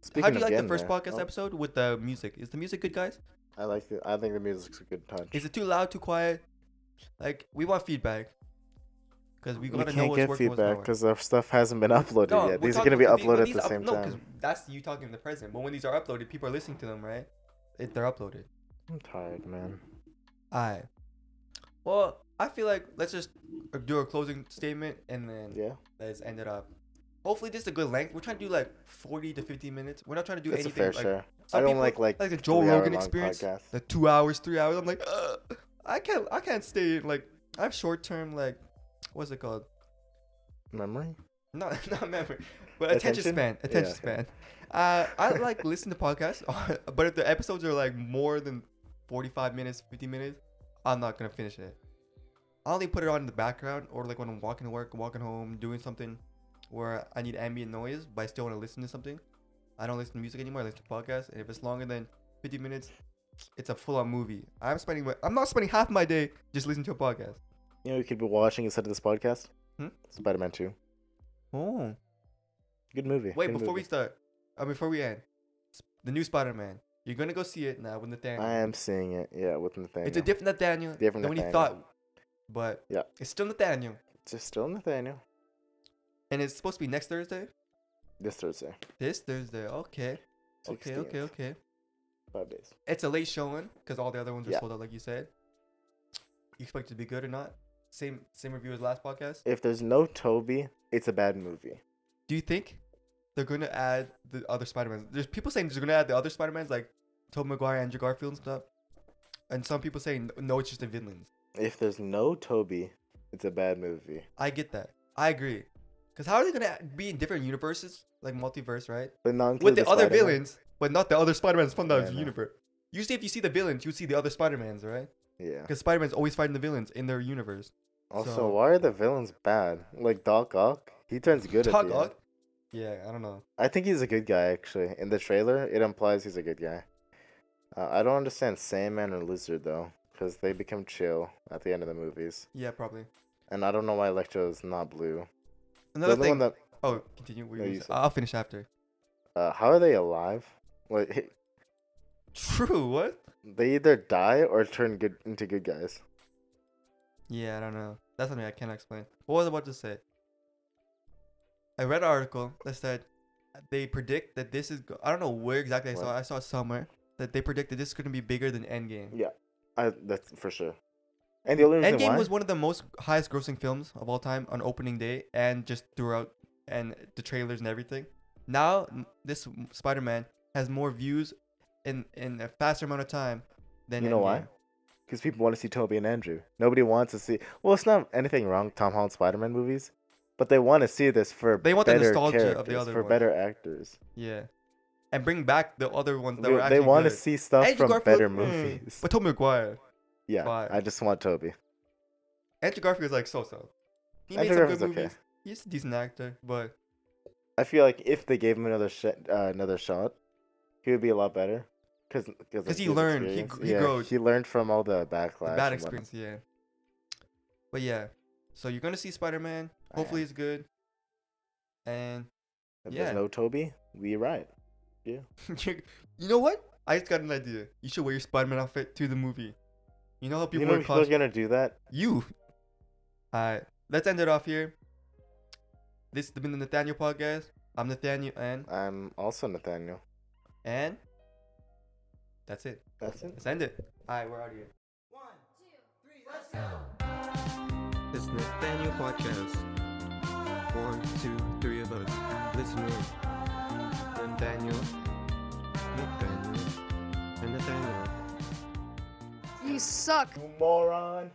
Speaker 3: Speaking
Speaker 1: How do
Speaker 3: of
Speaker 1: you like the
Speaker 3: getting
Speaker 1: first
Speaker 3: there-
Speaker 1: podcast
Speaker 3: oh,
Speaker 1: episode with the music? Is the music good, guys?
Speaker 3: I like it. I think the music's a good touch.
Speaker 1: Is it too loud, too quiet? Like we want feedback, because we
Speaker 3: we
Speaker 1: gotta
Speaker 3: can't
Speaker 1: know what's
Speaker 3: get
Speaker 1: working, what's not
Speaker 3: feedback
Speaker 1: working.
Speaker 3: because our stuff hasn't been uploaded
Speaker 1: No,
Speaker 3: yet.
Speaker 1: we're
Speaker 3: These are
Speaker 1: talking-
Speaker 3: gonna be
Speaker 1: but the- but
Speaker 3: uploaded at
Speaker 1: these
Speaker 3: the
Speaker 1: up-
Speaker 3: same
Speaker 1: no, 'cause
Speaker 3: time.
Speaker 1: that's you talking in the present. But when these are uploaded, people are listening to them, right? If they're uploaded.
Speaker 3: I'm tired, man.
Speaker 1: Alright. Well, I feel like let's just uh, do a closing statement and then
Speaker 3: Yeah,
Speaker 1: let's end it up. Hopefully, this is a good length. We're trying to do like 40 to 50 minutes. We're not trying to do
Speaker 3: that's a
Speaker 1: anything.
Speaker 3: fair
Speaker 1: like,
Speaker 3: share.
Speaker 1: some
Speaker 3: I don't
Speaker 1: people
Speaker 3: like like
Speaker 1: like the Joe
Speaker 3: three-hour
Speaker 1: Rogan
Speaker 3: long
Speaker 1: experience.
Speaker 3: podcasts.
Speaker 1: The two hours, three hours. I'm like, Ugh, I can't, I can't stay. in, Like, I have short term, like, what's it called?
Speaker 3: Memory?
Speaker 1: not not memory, but attention,
Speaker 3: Attention?
Speaker 1: span.
Speaker 3: Yeah,
Speaker 1: Attention
Speaker 3: okay.
Speaker 1: span. Uh, I like listen to podcasts, but if the episodes are like more than forty five minutes, fifty minutes, I'm not gonna finish it. I only put it on in the background or like when I'm walking to work, walking home, doing something where I need ambient noise, but I still want to listen to something. I don't listen to music anymore. I listen to podcasts, and if it's longer than fifty minutes, it's a full on movie. I'm spending my, I'm not spending half my day just listening to a podcast.
Speaker 3: You know, you could be watching instead of this podcast.
Speaker 1: Hmm?
Speaker 3: Spider-Man Two,
Speaker 1: Oh.
Speaker 3: good movie.
Speaker 1: Wait,
Speaker 3: good
Speaker 1: before we
Speaker 3: movie.
Speaker 1: start, uh, before we end, s- the new Spider-Man. You're gonna go see it now with Nathaniel.
Speaker 3: I am seeing it. Yeah, with Nathaniel.
Speaker 1: It's a different Nathaniel
Speaker 3: Different
Speaker 1: than when you
Speaker 3: Nathaniel.
Speaker 1: thought, but
Speaker 3: Yeah.
Speaker 1: it's still Nathaniel,
Speaker 3: Just still Nathaniel.
Speaker 1: and it's supposed to be next Thursday.
Speaker 3: This Thursday.
Speaker 1: This Thursday, okay. Okay,
Speaker 3: 16th,
Speaker 1: okay, okay.
Speaker 3: Five days.
Speaker 1: It's a late showing because all the other ones are
Speaker 3: Yeah.
Speaker 1: sold out, like you said. You expect it to be good or not? Same same review as last podcast.
Speaker 3: If there's no Toby, it's a bad movie.
Speaker 1: Do you think they're gonna add the other Spider Mans? There's people saying they're gonna add the other Spider Mans, like Tobey Maguire, Andrew Garfield, and stuff. And some people saying no, it's just the villains.
Speaker 3: If there's no Toby, it's a bad movie.
Speaker 1: I get that. I agree. Cause how are they gonna be in different universes, like multiverse, right?
Speaker 3: But not
Speaker 1: With
Speaker 3: include
Speaker 1: the, other
Speaker 3: Spider-Man.
Speaker 1: villains, but not the other Spider Mans from the
Speaker 3: Yeah, I know.
Speaker 1: universe. Usually, if you see the villains, you see the other Spider Mans, right?
Speaker 3: Yeah.
Speaker 1: Because Spider Man's always fighting the villains in their universe.
Speaker 3: Also,
Speaker 1: So-
Speaker 3: why are the villains bad? Like Doc Ock, he turns good at
Speaker 1: Talk
Speaker 3: the end.
Speaker 1: Ock? Yeah, I don't know.
Speaker 3: I think he's a good guy actually. In the trailer, it implies he's a good guy. Uh, I don't understand Sandman and Lizard though, because they become chill at the end of the movies,
Speaker 1: Yeah, probably.
Speaker 3: and I don't know why Electro's not blue. The
Speaker 1: Another
Speaker 3: other one
Speaker 1: thing.
Speaker 3: that
Speaker 1: Oh, continue. what you
Speaker 3: No,
Speaker 1: were
Speaker 3: you
Speaker 1: gonna say.
Speaker 3: said.
Speaker 1: I'll finish after.
Speaker 3: uh, how are they alive? Like
Speaker 1: True. What?
Speaker 3: they either die or turn good into good guys.
Speaker 1: Yeah, I don't know. That's something I can't explain. What was I about to say? I read an article that said they predict that this is. go- I don't know where exactly I saw.
Speaker 3: What?
Speaker 1: it. I saw it somewhere that they predict that this is going to be bigger than Endgame.
Speaker 3: Yeah, I, that's for sure. And the only reason
Speaker 1: Endgame
Speaker 3: why
Speaker 1: was one of the most highest-grossing films of all time on opening day and just throughout and the trailers and everything. Now n- this m- Spider-Man has more views in in a faster amount of time than
Speaker 3: You know why?
Speaker 1: Endgame.
Speaker 3: because people want to see Toby and Andrew. Nobody wants to see. Well, it's not anything wrong with Tom Holland Spider-Man movies, but they want to see this for
Speaker 1: They want the
Speaker 3: better
Speaker 1: nostalgia of the
Speaker 3: characters,
Speaker 1: other
Speaker 3: for
Speaker 1: ones.
Speaker 3: better actors.
Speaker 1: Yeah, and bring back the other ones that
Speaker 3: They-
Speaker 1: were
Speaker 3: they
Speaker 1: actually
Speaker 3: want to
Speaker 1: good.
Speaker 3: see stuff
Speaker 1: Andrew
Speaker 3: from
Speaker 1: Garfield,
Speaker 3: better
Speaker 1: mm,
Speaker 3: movies.
Speaker 1: But Tobey Maguire,
Speaker 3: yeah,
Speaker 1: but-
Speaker 3: I just want Toby.
Speaker 1: Andrew Garfield's like so-so. He made some
Speaker 3: Andrew
Speaker 1: good
Speaker 3: Garfield's okay.
Speaker 1: movies. He's a decent actor, but
Speaker 3: I feel like if they gave him another sh- uh, another shot, he would be a lot better. Because
Speaker 1: 'Cause he learned, he gr- he growed.
Speaker 3: He learned from all the
Speaker 1: the
Speaker 3: backlash.
Speaker 1: bad
Speaker 3: and whatnot.
Speaker 1: experience, yeah. But yeah, so you're gonna see Spider-Man.
Speaker 3: I
Speaker 1: Hopefully,
Speaker 3: am.
Speaker 1: it's good. And
Speaker 3: If
Speaker 1: Yeah.
Speaker 3: there's no Toby, we right.
Speaker 1: you you know what? I just got an idea. You should wear your Spider-Man outfit to the movie. You know how people
Speaker 3: you know
Speaker 1: wear
Speaker 3: people are
Speaker 1: costumes.
Speaker 3: gonna do that.
Speaker 1: You. Alright, let's end it off here. This has been the Nathaniel podcast. I'm Nathaniel, and
Speaker 3: I'm also Nathaniel.
Speaker 1: and that's it.
Speaker 3: That's it.
Speaker 1: Let's end it. Alright, we're out of here. One, two, three, let's go. It's Nathaniel Podcast. One, two, three of us. Listen in. Nathaniel. Nathaniel. And Nathaniel.
Speaker 2: You suck.
Speaker 3: You moron.